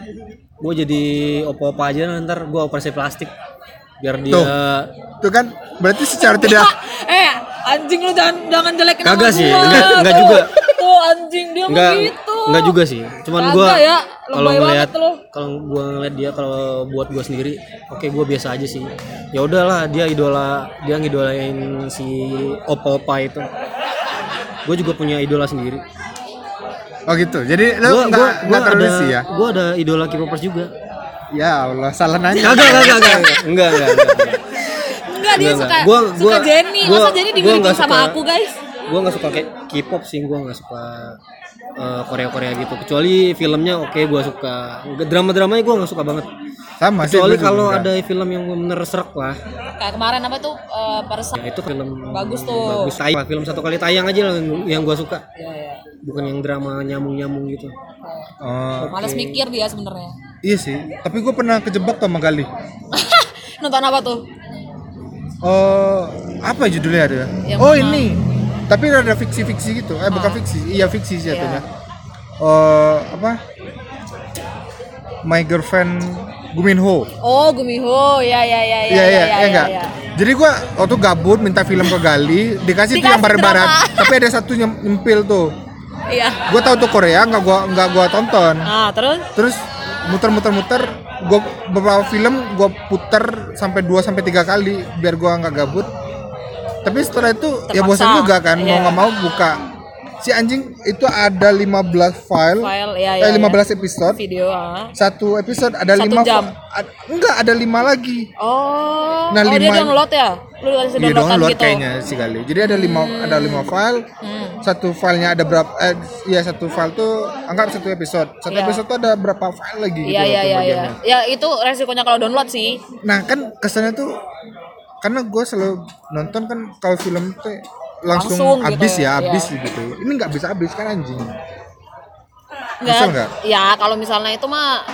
Speaker 4: gue jadi opo-opo aja ntar gue operasi plastik biar dia
Speaker 1: Tuh. Itu kan berarti secara tidak
Speaker 2: eh anjing lu jangan jangan jelekin nama
Speaker 4: Kagak sih,
Speaker 2: gua.
Speaker 4: enggak- enggak
Speaker 2: Tuh,
Speaker 4: juga.
Speaker 2: tuh anjing dia mah
Speaker 4: nggak
Speaker 2: gitu
Speaker 4: nggak juga sih cuman
Speaker 2: Kagak
Speaker 4: gue
Speaker 2: ya, lebay
Speaker 4: kalau
Speaker 2: banget
Speaker 4: ngelihat
Speaker 2: lu.
Speaker 4: kalau gue ngeliat dia kalau buat gue sendiri oke gue biasa aja sih ya udahlah dia idola dia ngidolain si opa-opa itu gue juga punya idola sendiri
Speaker 1: Oh gitu. Jadi
Speaker 4: gue
Speaker 1: lu enggak enggak
Speaker 4: ada
Speaker 1: terlalu risih ya.
Speaker 4: gue ada idola K-popers juga
Speaker 1: Ya Allah, salah nanya.
Speaker 4: kagak kagak kagak enggak enggak, enggak.
Speaker 2: enggak dia
Speaker 4: Enggak,
Speaker 2: suka
Speaker 4: enggak. Gua-
Speaker 2: suka
Speaker 4: gua-
Speaker 2: Jenny
Speaker 4: gua-
Speaker 2: masa Jenny
Speaker 4: gua
Speaker 2: dimiliki
Speaker 4: nggak
Speaker 2: sama
Speaker 4: suka.
Speaker 2: aku guys
Speaker 4: gue nggak suka kayak K-pop sih gue nggak suka Korea Korea gitu kecuali filmnya oke gua gue suka drama dramanya gue nggak suka banget
Speaker 1: Sama sih.
Speaker 4: kecuali
Speaker 1: gua juga
Speaker 4: kalau
Speaker 1: enggak.
Speaker 4: ada film yang bener serak lah
Speaker 2: kayak kemarin apa tuh eh, persa
Speaker 4: ya itu film
Speaker 2: Bagus tuh.
Speaker 4: bagus tayang film satu kali tayang aja lah yang- yang gue suka
Speaker 2: ya, ya.
Speaker 4: bukan yang drama nyambung nyambung gitu
Speaker 1: Oh,
Speaker 2: males mikir dia sebenarnya
Speaker 1: iya sih. Tapi gue pernah kejebak sama kali.
Speaker 2: nonton apa tuh
Speaker 1: Oh, apa judulnya ada?
Speaker 2: Yang
Speaker 1: oh
Speaker 2: mana?
Speaker 1: ini. Tapi ada fiksi-fiksi gitu. Eh bukan fiksi, Ah. iya fiksi sih jatuhnya. eh, apa my girlfriend Guminho
Speaker 2: Oh, Gumiho. Ya ya ya ya.
Speaker 1: Iya iya iya enggak.
Speaker 2: ya.
Speaker 1: Jadi gua waktu gabut minta film ke Gali, dikasih, tuh yang
Speaker 2: Dikasih
Speaker 1: barbar
Speaker 2: drama.
Speaker 1: tapi ada satu nyem- nyempil tuh.
Speaker 2: Iya.
Speaker 1: Gua tahu tuh Korea enggak gua enggak gua tonton.
Speaker 2: Nah, terus
Speaker 1: Terus muter-muter-muter gua beberapa film gua puter sampai 2 sampai 3 kali biar gua nggak gabut. Tapi setelah itu ya
Speaker 2: Terpaksa.
Speaker 1: bosan juga kan mau
Speaker 2: Iya.
Speaker 1: nggak mau buka. Si anjing itu ada 15 file,
Speaker 2: file ya ya.
Speaker 1: eh,
Speaker 2: ya.
Speaker 1: 15 episode.
Speaker 2: video. ah.
Speaker 1: Satu episode ada
Speaker 2: Satu
Speaker 1: 5
Speaker 2: jam.
Speaker 1: enggak ada 5 lagi.
Speaker 2: Oh,
Speaker 1: Nah,
Speaker 2: oh dia
Speaker 1: lima-
Speaker 2: download ya? Lu kasih
Speaker 1: Dia
Speaker 2: downloadan
Speaker 1: download Iya
Speaker 2: gitu. Hmm.
Speaker 1: kayaknya si Gali. Jadi ada lima ada lima file. Satu filenya ada berapa? Eh, ya satu file tuh anggap satu episode. Satu
Speaker 2: Iya.
Speaker 1: episode tuh ada berapa file lagi? gitu
Speaker 2: Iya
Speaker 1: loh
Speaker 2: iya iya iya.
Speaker 1: pembagiannya.
Speaker 2: Ya itu resikonya kalau download sih.
Speaker 1: Nah kan kesannya tuh karena gue selalu nonton kan kalau film tuh langsung,
Speaker 2: Langsung gitu
Speaker 1: habis
Speaker 2: ya,
Speaker 1: ya habis
Speaker 2: iya.
Speaker 1: gitu. Ini nggak bisa habis kan anjing.
Speaker 2: Nggak-
Speaker 1: Kesel nggak?
Speaker 2: Ya kalau misalnya itu mah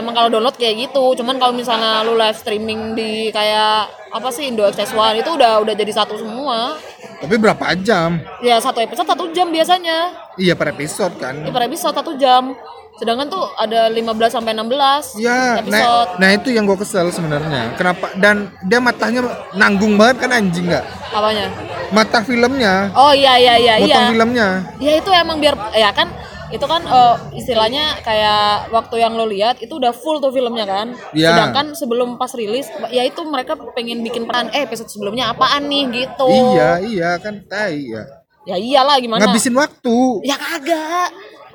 Speaker 2: emang kalau download kayak gitu. Cuman kalau misalnya lu live streaming di kayak apa sih Indo Access One itu udah udah jadi satu semua.
Speaker 1: Tapi berapa jam?
Speaker 2: Ya satu episode satu jam biasanya.
Speaker 1: Iya per episode kan.
Speaker 2: Ya, per episode satu jam. Sedangkan tuh ada 15 sampai 16
Speaker 1: Ya,
Speaker 2: episode.
Speaker 1: nah, nah itu yang gue kesel sebenarnya. Kenapa? Dan dia matanya nanggung banget kan anjing nggak?
Speaker 2: Apanya?
Speaker 1: Mata filmnya
Speaker 2: Oh iya iya iya iya.
Speaker 1: motong filmnya
Speaker 2: Ya itu emang biar ya kan itu kan eh, istilahnya kayak waktu yang lo lihat itu udah full tuh filmnya kan.
Speaker 1: Iya.
Speaker 2: Sedangkan sebelum pas rilis ya itu mereka pengen bikin peran eh episode sebelumnya apaan nih gitu.
Speaker 1: iya iya kan tai ya
Speaker 2: Ya iyalah gimana?
Speaker 1: ngabisin waktu
Speaker 2: Ya kagak.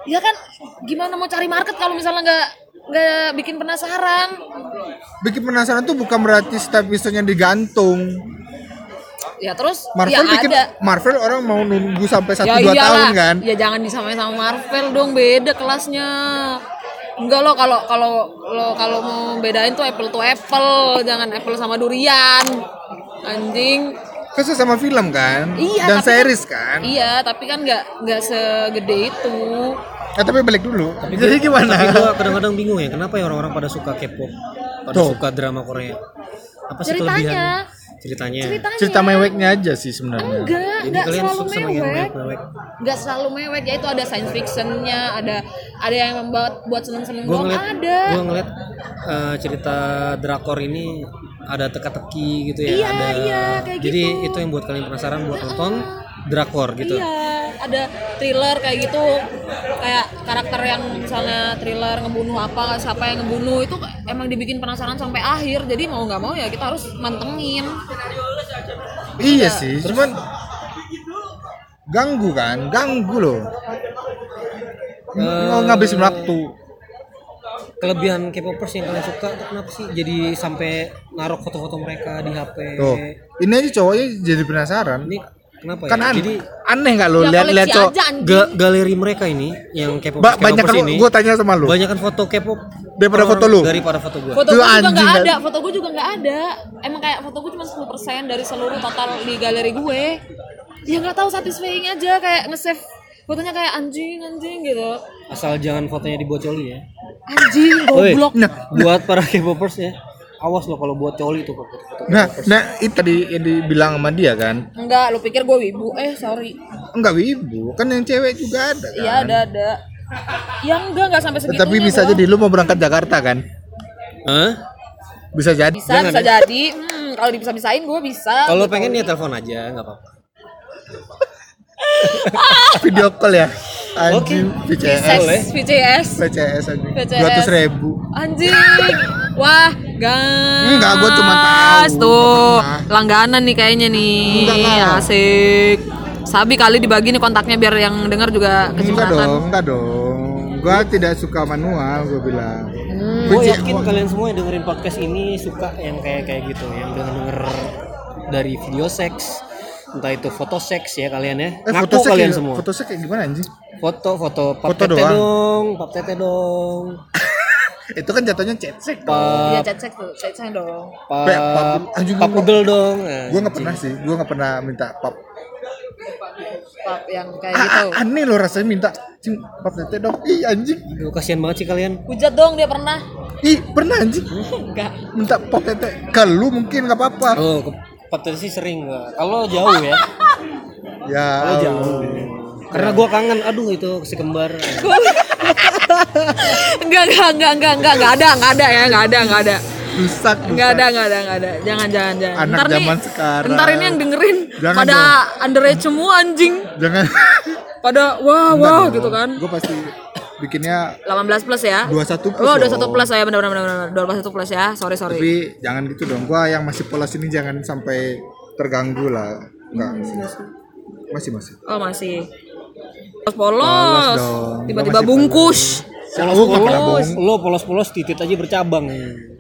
Speaker 2: Ya kan gimana mau cari market kalau misalnya nggak nggak bikin penasaran.
Speaker 1: bikin penasaran tuh bukan berarti setiap episodenya digantung
Speaker 2: Ya terus
Speaker 1: Marvel
Speaker 2: ya
Speaker 1: bikin
Speaker 2: ada.
Speaker 1: Marvel orang mau nunggu sampai satu
Speaker 2: ya
Speaker 1: dua
Speaker 2: iyalah.
Speaker 1: tahun kan
Speaker 2: Ya jangan disamain sama Marvel dong, beda kelasnya. Enggak lo kalau kalau lo kalau mau bedain tuh apple to apple, jangan apple sama durian. Anjing.
Speaker 1: Kesel sama film kan
Speaker 2: Iya,
Speaker 1: dan
Speaker 2: tapi kan-
Speaker 1: series kan
Speaker 2: Iya, tapi kan nggak nggak segede itu.
Speaker 1: Eh, tapi balik dulu jadi gimana
Speaker 4: Tapi gua kadang-kadang bingung ya, kenapa ya orang-orang pada suka K-pop, pada
Speaker 1: Tuh.
Speaker 4: suka drama Korea. Apa sih
Speaker 2: Ceritanya.
Speaker 4: kelebihannya? Ceritanya.
Speaker 2: Ceritanya
Speaker 1: cerita meweknya aja sih sebenarnya
Speaker 2: enggak,
Speaker 4: Jadi
Speaker 2: enggak
Speaker 4: kalian
Speaker 2: selalu
Speaker 4: suka sama yang
Speaker 2: mewek.
Speaker 4: mewek.
Speaker 2: Enggak selalu mewek, ya itu ada science fictionnya, ada ada yang membuat buat seneng-seneng
Speaker 4: Gua
Speaker 2: doang
Speaker 4: ngeliat,
Speaker 2: ada.
Speaker 4: gua ngeliat eh, cerita drakor ini ada teka-teki gitu ya.
Speaker 2: Iya,
Speaker 4: ada,
Speaker 2: iya, kayak
Speaker 4: jadi
Speaker 2: gitu.
Speaker 4: itu yang buat kalian penasaran buat nonton drakor gitu.
Speaker 2: Iya, ada thriller kayak gitu. Kayak karakter yang misalnya thriller ngebunuh apa, siapa yang ngebunuh itu emang dibikin penasaran sampai akhir. Jadi mau nggak mau ya kita harus mantengin.
Speaker 1: iya sih cuman ganggu kan ganggu loh Ng- ngabisin waktu
Speaker 4: Kelebihan K-popers yang kalian suka tuh kenapa sih? Jadi sampai naruh foto-foto mereka di HP.
Speaker 1: tuh ini aja cowoknya jadi penasaran
Speaker 4: Ini kenapa ya?
Speaker 1: kan aneh
Speaker 4: Jadi
Speaker 1: aneh nggak lo
Speaker 2: Ya,
Speaker 1: lihat lihat
Speaker 2: koleksi
Speaker 1: cowok
Speaker 2: aja anjing.
Speaker 4: ga- galeri mereka ini yang K-popers,
Speaker 1: Ba- banyak
Speaker 4: K-popers
Speaker 1: kan
Speaker 4: ini.
Speaker 1: gue tanya sama lu
Speaker 4: Banyakan foto K-pop
Speaker 1: Daripada
Speaker 4: orang-
Speaker 1: foto lu?
Speaker 4: Daripada foto gua.
Speaker 2: Foto
Speaker 1: Lu
Speaker 2: gue juga
Speaker 1: anjing
Speaker 2: nggak
Speaker 1: kan?
Speaker 2: ada, foto gue juga nggak ada. Emang kayak foto gue cuma 10% dari seluruh total di galeri gue. Ya nggak tahu satisfying aja kayak nge-save fotonya kayak anjing anjing gitu.
Speaker 4: Asal jangan fotonya dibuat coli ya.
Speaker 2: Anjing
Speaker 4: Woi,
Speaker 2: goblok.
Speaker 4: buat para K-popers ya. Awas lo kalau buat coli tuh foto-foto.
Speaker 1: nah nah itu tadi yang dibilang sama dia kan
Speaker 2: Enggak, lu pikir gue wibu? Eh, sorry.
Speaker 1: enggak wibu kan yang cewek juga ada kan
Speaker 2: Iya ada Gitu ya, ada. Yang enggak enggak sampai segitunya.
Speaker 1: tapi bisa
Speaker 2: gua.
Speaker 1: jadi lu mau berangkat Jakarta kan
Speaker 4: Hah?
Speaker 1: bisa jadi
Speaker 2: Bisa bisa jadi. Hmm, kalau bisa bisain gue bisa.
Speaker 4: Kalau pengen ya telepon aja, nggak apa-apa.
Speaker 1: video call ya anjing PCS
Speaker 4: boleh.
Speaker 2: Seks VCS.
Speaker 1: PCS anjing
Speaker 2: PCS.
Speaker 1: dua ribu
Speaker 2: Anjing. Wah, gas.
Speaker 1: Enggak, gua cuma tahu.
Speaker 2: Tuh,
Speaker 1: Nggak pernah.
Speaker 2: langganan nih kayaknya nih.
Speaker 1: Enggak lah.
Speaker 2: Asik. Sabi kali dibagi nih kontaknya biar yang dengar juga
Speaker 1: enggak
Speaker 2: kecipratan.
Speaker 1: dong enggak dong gua tidak suka manual gua bilang
Speaker 2: Hmm.
Speaker 4: Gue
Speaker 2: Oh,
Speaker 4: yakin
Speaker 2: iya,
Speaker 4: kalian semua yang dengerin podcast ini suka yang kayak kayak gitu, yang denger denger dari video seks, entah itu foto seks ya kalian ya.
Speaker 1: eh,
Speaker 4: Ngaku
Speaker 1: foto sek
Speaker 4: kalian
Speaker 1: kayak-
Speaker 4: semua.
Speaker 1: foto sek kayak gimana anjing
Speaker 4: Foto, foto, pap
Speaker 1: Foto
Speaker 4: tete
Speaker 1: doang.
Speaker 4: dong, pap tete dong,
Speaker 1: itu kan jatuhnya chat sek
Speaker 2: Iya,
Speaker 4: pap,
Speaker 2: cek-cek tuh, cek-cek dong.
Speaker 1: Kayak Oh,
Speaker 4: pap,
Speaker 1: pap- anjing,
Speaker 4: pap
Speaker 1: gua-
Speaker 4: udel dong. Nah,
Speaker 1: gua nggak pernah sih gua nggak pernah minta pap
Speaker 2: Pap yang kayak
Speaker 1: Ah,
Speaker 2: gitu.
Speaker 1: ah, aneh loh rasanya minta "Cing, pap tete dong ih anjing
Speaker 4: Aduh, kasihan banget sih kalian.
Speaker 2: Hujat dong dia pernah.
Speaker 1: ih pernah anjing
Speaker 2: Enggak.
Speaker 1: minta pop tete ke lu mungkin nggak apa-apa
Speaker 4: Oh, ke- pap tete sih sering nggak? Kalau jauh ya,
Speaker 1: ya
Speaker 4: kalau jauh. Karena gua kangen, aduh itu si kembar.
Speaker 2: Enggak, enggak, enggak, enggak, enggak, enggak ada, enggak ada ya, enggak ada, enggak ada.
Speaker 1: rusak
Speaker 2: Enggak ada, enggak ada, enggak ada. Jangan, jangan, jangan.
Speaker 1: Anak
Speaker 2: Ntar nih-
Speaker 1: zaman sekarang.
Speaker 2: Ntar ini yang dengerin
Speaker 1: Jangan
Speaker 2: pada underage semua anjing.
Speaker 1: jangan
Speaker 2: Pada wah, wah gitu kan.
Speaker 1: gue pasti bikinnya
Speaker 2: 18 plus ya.
Speaker 1: 21 plus
Speaker 2: Oh,
Speaker 1: dong.
Speaker 2: 21 plus saya benar benar benar benar. 21 plus ya. Sorry, sorry.
Speaker 1: tapi jangan gitu dong gua yang masih polos ini jangan sampai terganggu lah enggak
Speaker 2: Hmm,
Speaker 1: masih masih
Speaker 2: Oh, masih. Polos,
Speaker 1: Polos
Speaker 2: polos.
Speaker 1: dong.
Speaker 2: Tiba-tiba
Speaker 1: Masih polos.
Speaker 2: bungkus.
Speaker 1: kalau gua kena bohong
Speaker 4: Lo polos-polos titit aja bercabang.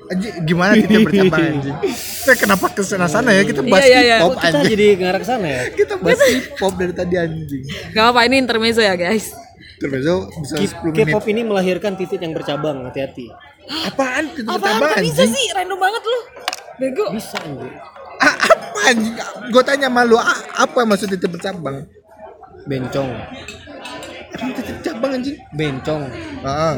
Speaker 1: Anjing, gimana kita bercabang anjing kita kenapa kesana sana ya kita bahas
Speaker 2: Iya, iya, iya.
Speaker 1: hip hop
Speaker 4: Kita
Speaker 1: anjing
Speaker 4: jadi ngarah ke sana ya.
Speaker 1: kita bahas hip hop dari tadi anjing
Speaker 2: Gak apa ini intermezzo ya, guys.
Speaker 1: terus besok bisa 10 menit
Speaker 4: K-pop ini melahirkan titik yang bercabang, hati-hati.
Speaker 1: apaan itu bercabang anjing
Speaker 2: sih? Random banget lu. Bego.
Speaker 4: Bisa anjir.
Speaker 1: Ah, apa anjing gua tanya sama lu ah, apa maksud titik bercabang
Speaker 4: Bencong,
Speaker 1: Anjing, titik bercabang anjing
Speaker 4: bencong.
Speaker 1: ah, ah.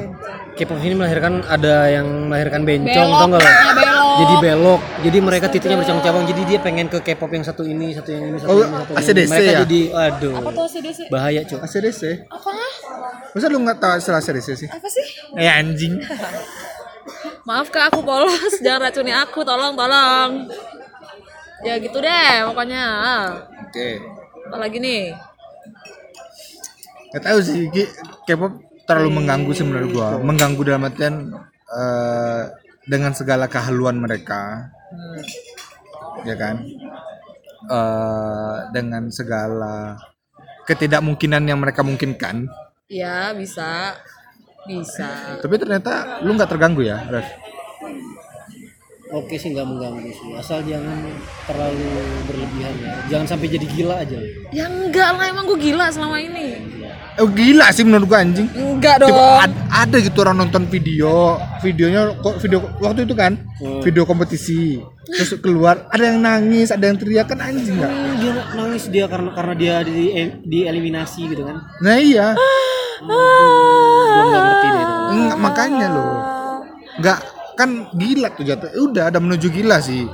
Speaker 4: K-pop ini melahirkan ada yang melahirkan bencong,
Speaker 2: Belok,
Speaker 4: tau nggak lo?
Speaker 2: namanya belok.
Speaker 4: Jadi belok. Jadi mereka titiknya bercabang-cabang. Jadi dia pengen ke K-pop yang satu ini, satu yang ini, satu
Speaker 1: Oh,
Speaker 4: ini, satu ini.
Speaker 1: ACDC
Speaker 4: Mereka
Speaker 1: ya?
Speaker 4: jadi, aduh, bahaya cuy.
Speaker 1: ACDC apa ah. masa lu nggak tahu setelah ACDC sih
Speaker 2: Apa sih?
Speaker 1: eh anjing
Speaker 2: Maaf kak, aku polos. Jangan racuni aku, tolong, tolong. Ya gitu deh, pokoknya. Ah,
Speaker 1: Oke.
Speaker 2: Apalagi nih.
Speaker 1: Gak tahu sih, Ki. K-pop terlalu mengganggu sih menurut gua. Mengganggu dalam artian eh, dengan segala kehaluan mereka,
Speaker 2: Hmm.
Speaker 1: ya kan? Eh, dengan segala ketidakmungkinan yang mereka mungkinkan.
Speaker 2: Ya bisa, bisa.
Speaker 1: Tapi ternyata lu nggak terganggu ya, Ref?
Speaker 4: Oke sih nggak mengganggu sih, asal jangan terlalu berlebihan ya. Jangan sampai jadi gila aja.
Speaker 2: Ya enggak lah, emang gue gila selama ini.
Speaker 1: Eh, gila sih menurut gua anjing.
Speaker 2: Enggak
Speaker 1: Tiba-
Speaker 2: dong.
Speaker 1: ad- ada gitu orang nonton video, videonya kok video waktu itu kan, video kompetisi. Terus keluar ada yang nangis, ada yang teriak kan anjing nggak?
Speaker 4: Hmm, Dia nangis dia karena karena dia di dieliminasi gitu kan.
Speaker 1: Nah iya.
Speaker 4: Gua nggak ngerti deh. itu.
Speaker 1: Enggak, makanya loh. Enggak kan gila tuh jatuh. Eh, udah ada menuju gila sih.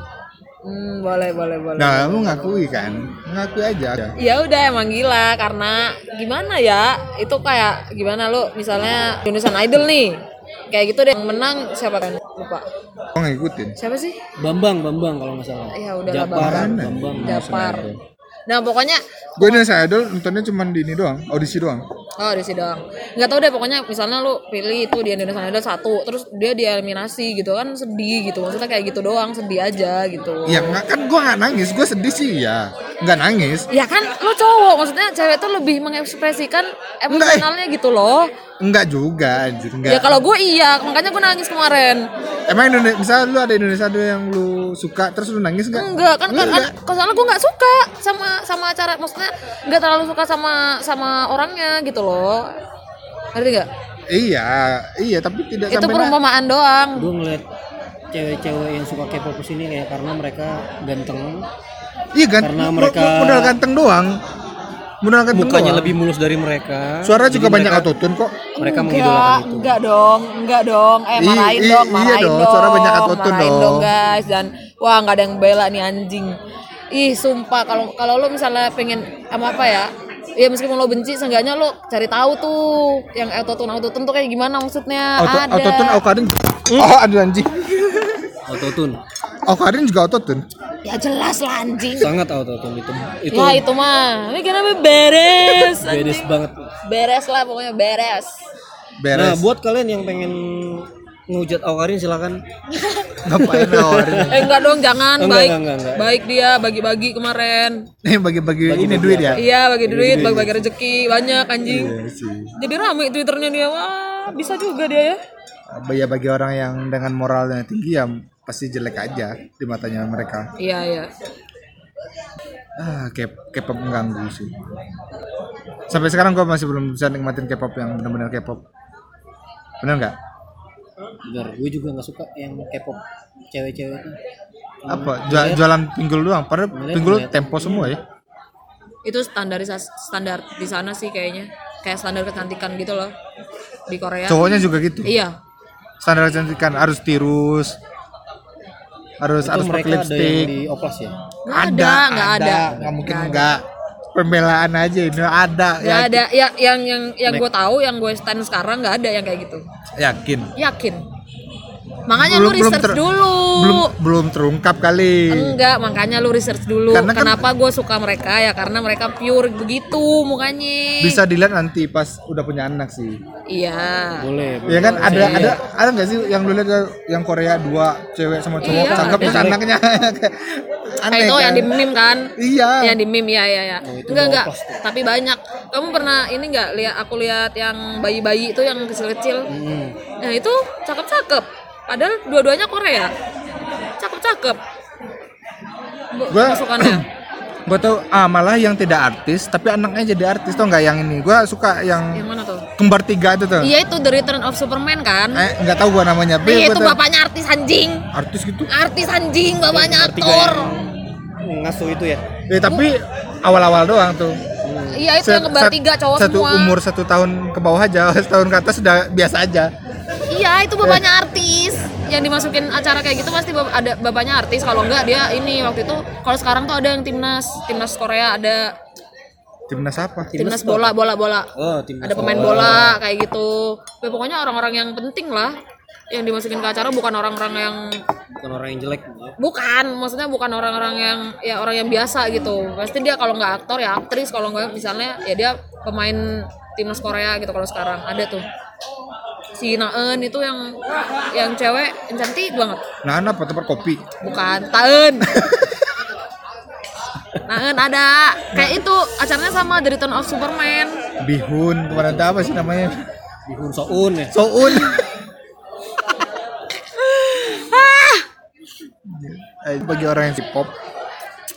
Speaker 2: Hmm, boleh, boleh, boleh.
Speaker 1: Nah, lu ngakui kan? Ngakui aja.
Speaker 2: Ya udah emang gila karena gimana ya itu kayak gimana lu misalnya Indonesian Idol nih kayak gitu deh yang menang siapa kan lupa
Speaker 1: Kok ngikutin?
Speaker 2: siapa sih
Speaker 4: Bambang, Bambang kalau nggak salah.
Speaker 2: Ya udah lah,
Speaker 4: Japar,
Speaker 1: Bambang.
Speaker 4: Bambang.
Speaker 2: Japar nah pokoknya
Speaker 1: Gue ini saya idol nontonnya cuman di ini doang, audisi doang.
Speaker 2: Oh di sidang nggak tahu deh pokoknya misalnya lu pilih itu di Indonesian Idol satu terus dia dieliminasi gitu kan sedih gitu maksudnya kayak gitu doang sedih aja gitu
Speaker 1: Ya enggak kan gua enggak nangis, gua sedih sih ya. Enggak nangis.
Speaker 2: ya kan lu cowok maksudnya cewek tuh lebih mengekspresikan emosionalnya gitu loh
Speaker 1: Enggak juga anjir, enggak.
Speaker 2: ya kalau gue iya makanya gue nangis kemarin
Speaker 1: Emang Indonesia, misalnya lu ada Indonesia ada yang lu suka terus lu nangis enggak?
Speaker 2: Enggak kan kan
Speaker 1: Enggak.
Speaker 2: kalau soalnya gue nggak suka sama sama acara maksudnya nggak terlalu suka sama sama orangnya gitu loh ngerti nggak
Speaker 1: Iya, iya tapi tidak
Speaker 2: itu
Speaker 1: sampai na-
Speaker 2: perumpamaan doang
Speaker 4: Gue ngeliat cewek-cewek yang suka K-pop sini kayak karena mereka ganteng,
Speaker 1: Iya kan,
Speaker 4: Karena mereka-
Speaker 1: modal ganteng doang. Modal ganteng
Speaker 4: mukanya
Speaker 1: doang.
Speaker 4: lebih mulus dari mereka.
Speaker 1: Suara
Speaker 4: Jadi
Speaker 1: juga banyak
Speaker 4: mereka-
Speaker 1: autotune kok.
Speaker 4: Mereka
Speaker 2: enggak,
Speaker 4: mengidolakan itu.
Speaker 2: enggak dong, enggak dong. Eh
Speaker 1: Ih,
Speaker 2: marahin
Speaker 1: ih,
Speaker 2: dong,
Speaker 1: iya
Speaker 2: marahin
Speaker 1: dong,
Speaker 2: dong.
Speaker 1: suara banyak katutu
Speaker 2: marahin
Speaker 1: dong.
Speaker 2: guys dan wah enggak ada yang bela nih anjing. Ih, sumpah kalau kalau lo misalnya pengen sama apa ya? Ya meskipun lo benci seenggaknya lo cari tahu tuh yang autotune autotune tuh kayak gimana maksudnya.
Speaker 1: Auto,
Speaker 2: ada.
Speaker 1: autotune Aukarin.
Speaker 4: Hmm?
Speaker 1: Oh, aduh anjing.
Speaker 4: Autotune,
Speaker 1: Aukarin juga autotune.
Speaker 2: Ya jelas lah anjing.
Speaker 4: sangat autotune itu. Itu
Speaker 2: Ya itu mah. Ini kenapa beres?
Speaker 4: bedes banget.
Speaker 2: beres lah pokoknya beres.
Speaker 4: Nah,
Speaker 1: Beres.
Speaker 4: buat kalian yang pengen ngehujat Aukarin silakan. Nah,
Speaker 1: Ngapain Aukarin?
Speaker 2: Eh enggak dong, jangan
Speaker 4: Enggak,
Speaker 2: baik.
Speaker 4: enggak, enggak, enggak.
Speaker 2: Baik dia bagi-bagi kemarin.
Speaker 1: Eh, bagi-bagi ini duit ya.
Speaker 2: Iya bagi duit, bagi-bagi rezeki banyak anjing.
Speaker 1: Iya sih.
Speaker 2: Jadi rame twitternya dia, wah bisa juga dia ya.
Speaker 1: Ya bagi orang yang dengan moral yang tinggi ya pasti jelek aja di matanya mereka.
Speaker 2: Iya iya.
Speaker 1: Ah, K- K-pop mengganggu sih. Sampai sekarang gua masih belum bisa nikmatin K-pop yang benar-benar K-pop. Benar nggak?
Speaker 4: Bener, gue juga nggak suka yang K-pop cewek-cewek itu. Hmm,
Speaker 1: Apa? Jual-
Speaker 4: iya.
Speaker 1: jualan pinggul doang. Padahal pinggul tempo semua ya.
Speaker 2: Itu standarisasi standar di sana sih kayaknya. Kayak standar kecantikan gitu loh di Korea.
Speaker 1: Cowoknya juga gitu.
Speaker 2: Iya.
Speaker 1: standar kecantikan harus tirus harus
Speaker 4: Itu
Speaker 1: harus pakai
Speaker 4: mereka ada yang
Speaker 1: lipstick
Speaker 4: di oplas ya.
Speaker 2: Nggak ada, nggak ada.
Speaker 1: nggak mungkin nggak pembelaan aja ini ada
Speaker 2: Gak ada ya yang yang yang gue tahu yang gue stand sekarang nggak ada yang kayak gitu.
Speaker 1: yakin
Speaker 2: Yakin. Makanya lu research
Speaker 1: ter-
Speaker 2: dulu.
Speaker 1: belum belum terungkap kali
Speaker 2: Enggak, makanya lu research dulu.
Speaker 1: Karena kan-
Speaker 2: Kenapa gue suka mereka ya? Karena mereka pure begitu mukanya.
Speaker 1: bisa dilihat nanti pas udah punya anak sih
Speaker 2: Iya.
Speaker 4: boleh
Speaker 1: ya kan ada ada ada nggak sih yang dulu lihat yang Korea dua cewek sama cowok
Speaker 2: Iya,
Speaker 1: cakep terus anaknya Kayak
Speaker 2: Nah, itu yang di meme kan?
Speaker 1: iya
Speaker 2: Yang di meme ya ya ya.
Speaker 1: Oh,
Speaker 2: Enggak enggak, tapi banyak. Kamu pernah ini enggak lihat aku lihat yang bayi-bayi itu yang kecil-kecil? Nah, itu cakep-cakep. Padahal dua-duanya Korea. Cakep-cakep. Bu-
Speaker 1: Gua-
Speaker 2: Masukannya.
Speaker 1: gue tau ah malah yang tidak artis tapi anaknya jadi artis tau nggak yang ini gue suka yang
Speaker 2: yang mana tuh?
Speaker 1: kembar tiga itu tuh
Speaker 2: Iya itu The Return of Superman kan?
Speaker 1: eh nggak tahu gue namanya tapi
Speaker 2: Iya
Speaker 1: gua
Speaker 2: itu
Speaker 1: tau-
Speaker 2: bapaknya artis anjing.
Speaker 1: artis gitu
Speaker 2: Artis anjing
Speaker 1: Iya,
Speaker 2: bapaknya
Speaker 4: Bertiga yang
Speaker 2: aktor.
Speaker 4: ngasuh itu ya
Speaker 1: ya tapi awal-awal doang tuh
Speaker 2: Iya itu
Speaker 1: Set-
Speaker 2: yang kembar
Speaker 1: set-
Speaker 2: tiga cowok
Speaker 1: satu
Speaker 2: semua.
Speaker 1: umur satu tahun ke bawah aja setahun ke atas udah biasa aja
Speaker 2: Iya, itu bapaknya artis. Yang dimasukin acara kayak gitu pasti bap- ada bapaknya artis. Kalau enggak dia ini waktu itu kalau sekarang tuh ada yang timnas, timnas Korea ada
Speaker 1: timnas apa
Speaker 2: timnas, bola, bola, bola.
Speaker 4: oh timnas
Speaker 2: ada pemain bola kayak gitu. Ya, pokoknya orang-orang yang penting lah yang dimasukin ke acara bukan orang-orang yang
Speaker 4: bukan orang yang jelek
Speaker 2: bukan maksudnya bukan orang-orang yang ya orang yang biasa gitu pasti dia kalau nggak aktor ya aktris kalau nggak misalnya ya dia pemain timnas Korea gitu kalau sekarang ada tuh si Naen itu yang yang cewek yang cantik banget
Speaker 1: nah apa tempat kopi
Speaker 2: bukan Taen Naen ada kayak itu acaranya sama The Return of Superman
Speaker 1: bihun kemarin tuh apa sih namanya
Speaker 4: di Hun Soun ya
Speaker 1: soun Eh, Ah! bagi orang yang hip hop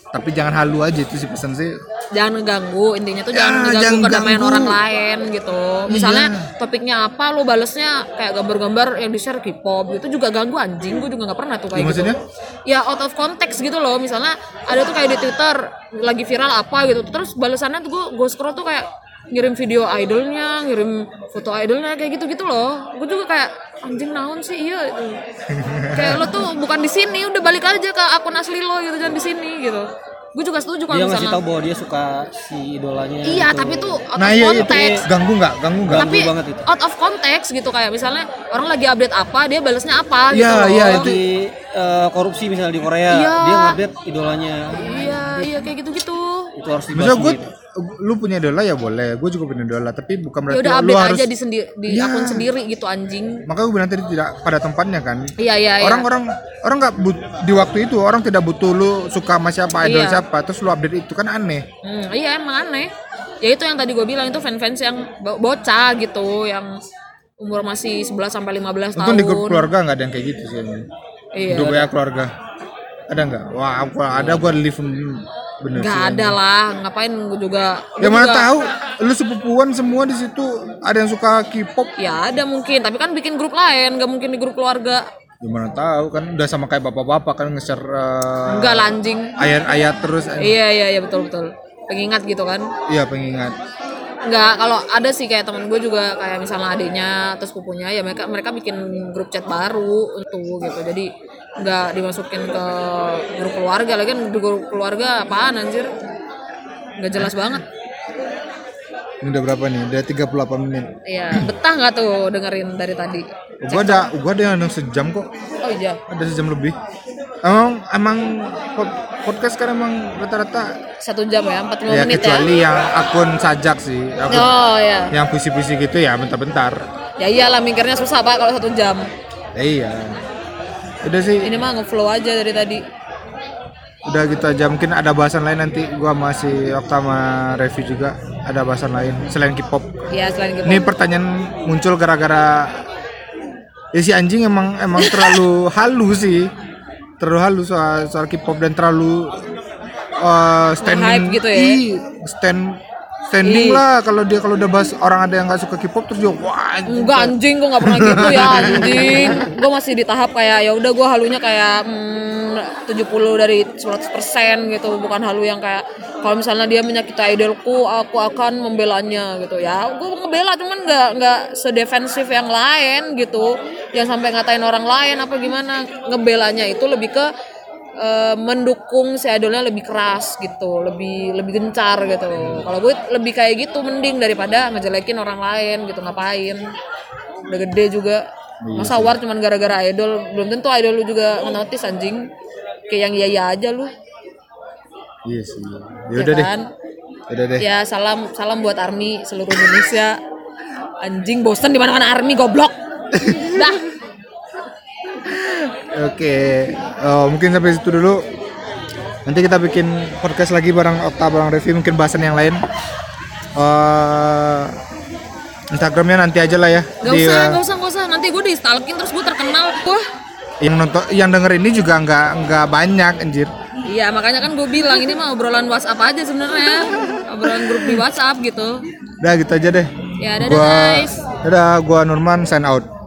Speaker 1: tapi jangan halu aja itu sih pesan sih
Speaker 2: jangan ngeganggu intinya tuh
Speaker 1: Ya,
Speaker 2: jangan ngeganggu
Speaker 1: jangan
Speaker 2: kedamaian
Speaker 1: ganggu. Iya.
Speaker 2: orang lain gitu misalnya topiknya apa lu balesnya kayak gambar-gambar yang di share K-pop gitu juga ganggu anjing gue juga nggak pernah tuh
Speaker 1: Ya,
Speaker 2: kayak
Speaker 1: maksudnya?
Speaker 2: gitu ya out of context gitu loh misalnya ada tuh kayak di Twitter lagi viral apa gitu terus balesannya tuh gue gue scroll tuh kayak ngirim video idolnya ngirim foto idolnya kayak gitu gitu loh gue juga kayak anjing naon sih iya itu kayak lo tuh bukan di sini udah balik aja ke akun asli lo gitu jangan di sini gitu gue juga setuju kalau
Speaker 4: dia
Speaker 2: misalnya
Speaker 4: ngasih tahu bahwa dia suka si idolanya
Speaker 2: Iya,
Speaker 4: gitu.
Speaker 2: tapi itu out
Speaker 1: nah
Speaker 2: of
Speaker 1: iya itu
Speaker 2: context.
Speaker 1: ganggu nggak ganggu nggak
Speaker 2: Tapi
Speaker 4: banget itu.
Speaker 2: out of context gitu kayak misalnya orang lagi update apa, dia balasnya apa gitu.
Speaker 1: Iya,
Speaker 2: loh.
Speaker 1: iya, itu-
Speaker 4: di eh, korupsi misalnya di Korea
Speaker 2: Iya.
Speaker 4: dia ngupdate idolanya
Speaker 2: Iya, iya kayak gitu-gitu.
Speaker 4: itu harus dibahas
Speaker 1: Misal gue
Speaker 4: gitu.
Speaker 1: lu punya idola ya boleh, gue juga punya idola, tapi bukan
Speaker 2: Ya
Speaker 1: berarti
Speaker 2: udah
Speaker 1: lu
Speaker 2: update
Speaker 1: harus
Speaker 2: aja di sendi- di
Speaker 1: Iya.
Speaker 2: akun sendiri gitu anjing.
Speaker 1: maka gue bilang tadi tidak pada tempatnya kan.
Speaker 2: Iya, iya, iya.
Speaker 1: Orang-orang orang nggak but- di waktu itu orang tidak butuh lu suka sama siapa idol
Speaker 2: Iya.
Speaker 1: siapa, terus lu update itu kan aneh.
Speaker 2: Hmm, iya emang aneh. Ya itu yang tadi gue bilang itu fans-fans yang bo- bocah gitu, yang umur masih 11 sampai 15 tahun.
Speaker 1: Untung kan di grup keluarga nggak ada yang kayak gitu sih. ini.
Speaker 2: Iya.
Speaker 1: Grup WA keluarga ada nggak? Wah, aku ada gue live bener.
Speaker 2: Gak
Speaker 1: sih.
Speaker 2: ada lah, ngapain gue juga.
Speaker 1: Ya
Speaker 2: gua
Speaker 1: mana
Speaker 2: juga-
Speaker 1: tahu lu sepupuan semua di situ ada yang suka K-pop.
Speaker 2: Ya ada mungkin, tapi kan bikin grup lain, gak mungkin di grup keluarga.
Speaker 1: Gimana tahu kan udah sama kayak bapak-bapak kan nge-share eh,
Speaker 2: Enggak lah anjing.
Speaker 1: ayat-ayat terus.
Speaker 2: Iya iya iya betul betul. Pengingat gitu kan.
Speaker 1: Iya, pengingat.
Speaker 2: Enggak, kalau ada sih kayak temen gue juga kayak misalnya adiknya terus pupunya ya mereka mereka bikin grup chat baru untuk gitu. Jadi enggak dimasukin ke grup keluarga lagi kan di grup keluarga apaan anjir? Enggak jelas banget.
Speaker 1: Ini udah berapa nih? Udah 38 menit.
Speaker 2: Iya, betah nggak tuh dengerin dari tadi?
Speaker 1: Gua ada gua ada yang sejam kok.
Speaker 2: Oh iya.
Speaker 1: Ada sejam lebih. Emang emang pod- podcast kan emang rata-rata
Speaker 2: Satu jam ya, 40
Speaker 1: ya
Speaker 2: menit
Speaker 1: kecuali
Speaker 2: ya.
Speaker 1: yang akun sajak sih. Akun
Speaker 2: Oh ya.
Speaker 1: yang puisi-puisi gitu ya bentar-bentar.
Speaker 2: Ya iyalah mikirnya susah Pak kalau satu jam.
Speaker 1: Ya, iya. Udah sih,
Speaker 2: Ini mah nge-flow aja dari tadi.
Speaker 1: udah gitu aja. Mungkin ada bahasan lain nanti gua masih Okta sama Revi juga ada bahasan lain selain K-pop.
Speaker 2: Ya selain gitu.
Speaker 1: Ini pertanyaan muncul gara-gara ya si anjing emang emang terlalu halus sih, terlalu halus soal soal K-pop dan terlalu uh, standing
Speaker 2: Nge-hype gitu ya?
Speaker 1: Ih, stand standing
Speaker 2: Ih.
Speaker 1: lah kalau dia kalau udah bahas orang ada yang nggak suka K-pop terus dia wah anjing."
Speaker 2: Enggak anjing, gue nggak pernah gitu ya anjing. Gue masih di tahap kayak ya udah gue halunya kayak hmm, 70 dari 100% gitu, bukan halu yang kayak kalau misalnya dia menyakiti idolku, aku akan membelanya gitu ya. Gue ngebela cuman nggak nggak sedefensif yang lain gitu, yang sampai ngatain orang lain apa gimana. Ngebelanya itu lebih ke eh, mendukung si idolnya lebih keras gitu, lebih lebih gencar gitu. Kalau gue lebih kayak gitu mending daripada ngejelekin orang lain gitu ngapain. Udah gede juga.
Speaker 1: Iya
Speaker 2: Masa war cuman gara-gara idol, belum tentu idol lu juga ngenotis anjing. Kayak yang iya-iya aja lu.
Speaker 1: Iya sih. Ya udah
Speaker 2: ya
Speaker 1: deh. Eh.
Speaker 2: kan?
Speaker 1: Udah deh.
Speaker 2: Ya salam salam buat Army seluruh Indonesia. Anjing bosen di mana-mana Army goblok. Dah.
Speaker 1: Oke. Eh, mungkin sampai situ dulu. Nanti kita bikin podcast lagi bareng Okta bareng Revi mungkin bahasan yang lain. Eh Instagramnya nanti aja lah ya.
Speaker 2: Gak
Speaker 1: Di,
Speaker 2: usah,
Speaker 1: eh,
Speaker 2: gak usah, gak usah. Nanti gue di-stalking terus gue terkenal. Wah.
Speaker 1: yang nonton yang denger ini juga nggak nggak banyak anjir.
Speaker 2: Iya, makanya kan gue bilang ini mah obrolan WhatsApp aja sebenarnya. Obrolan grup di WhatsApp gitu.
Speaker 1: Udah gitu aja deh.
Speaker 2: Ya, dadah,
Speaker 1: gua,
Speaker 2: guys.
Speaker 1: Dadah, gua Nurman sign out.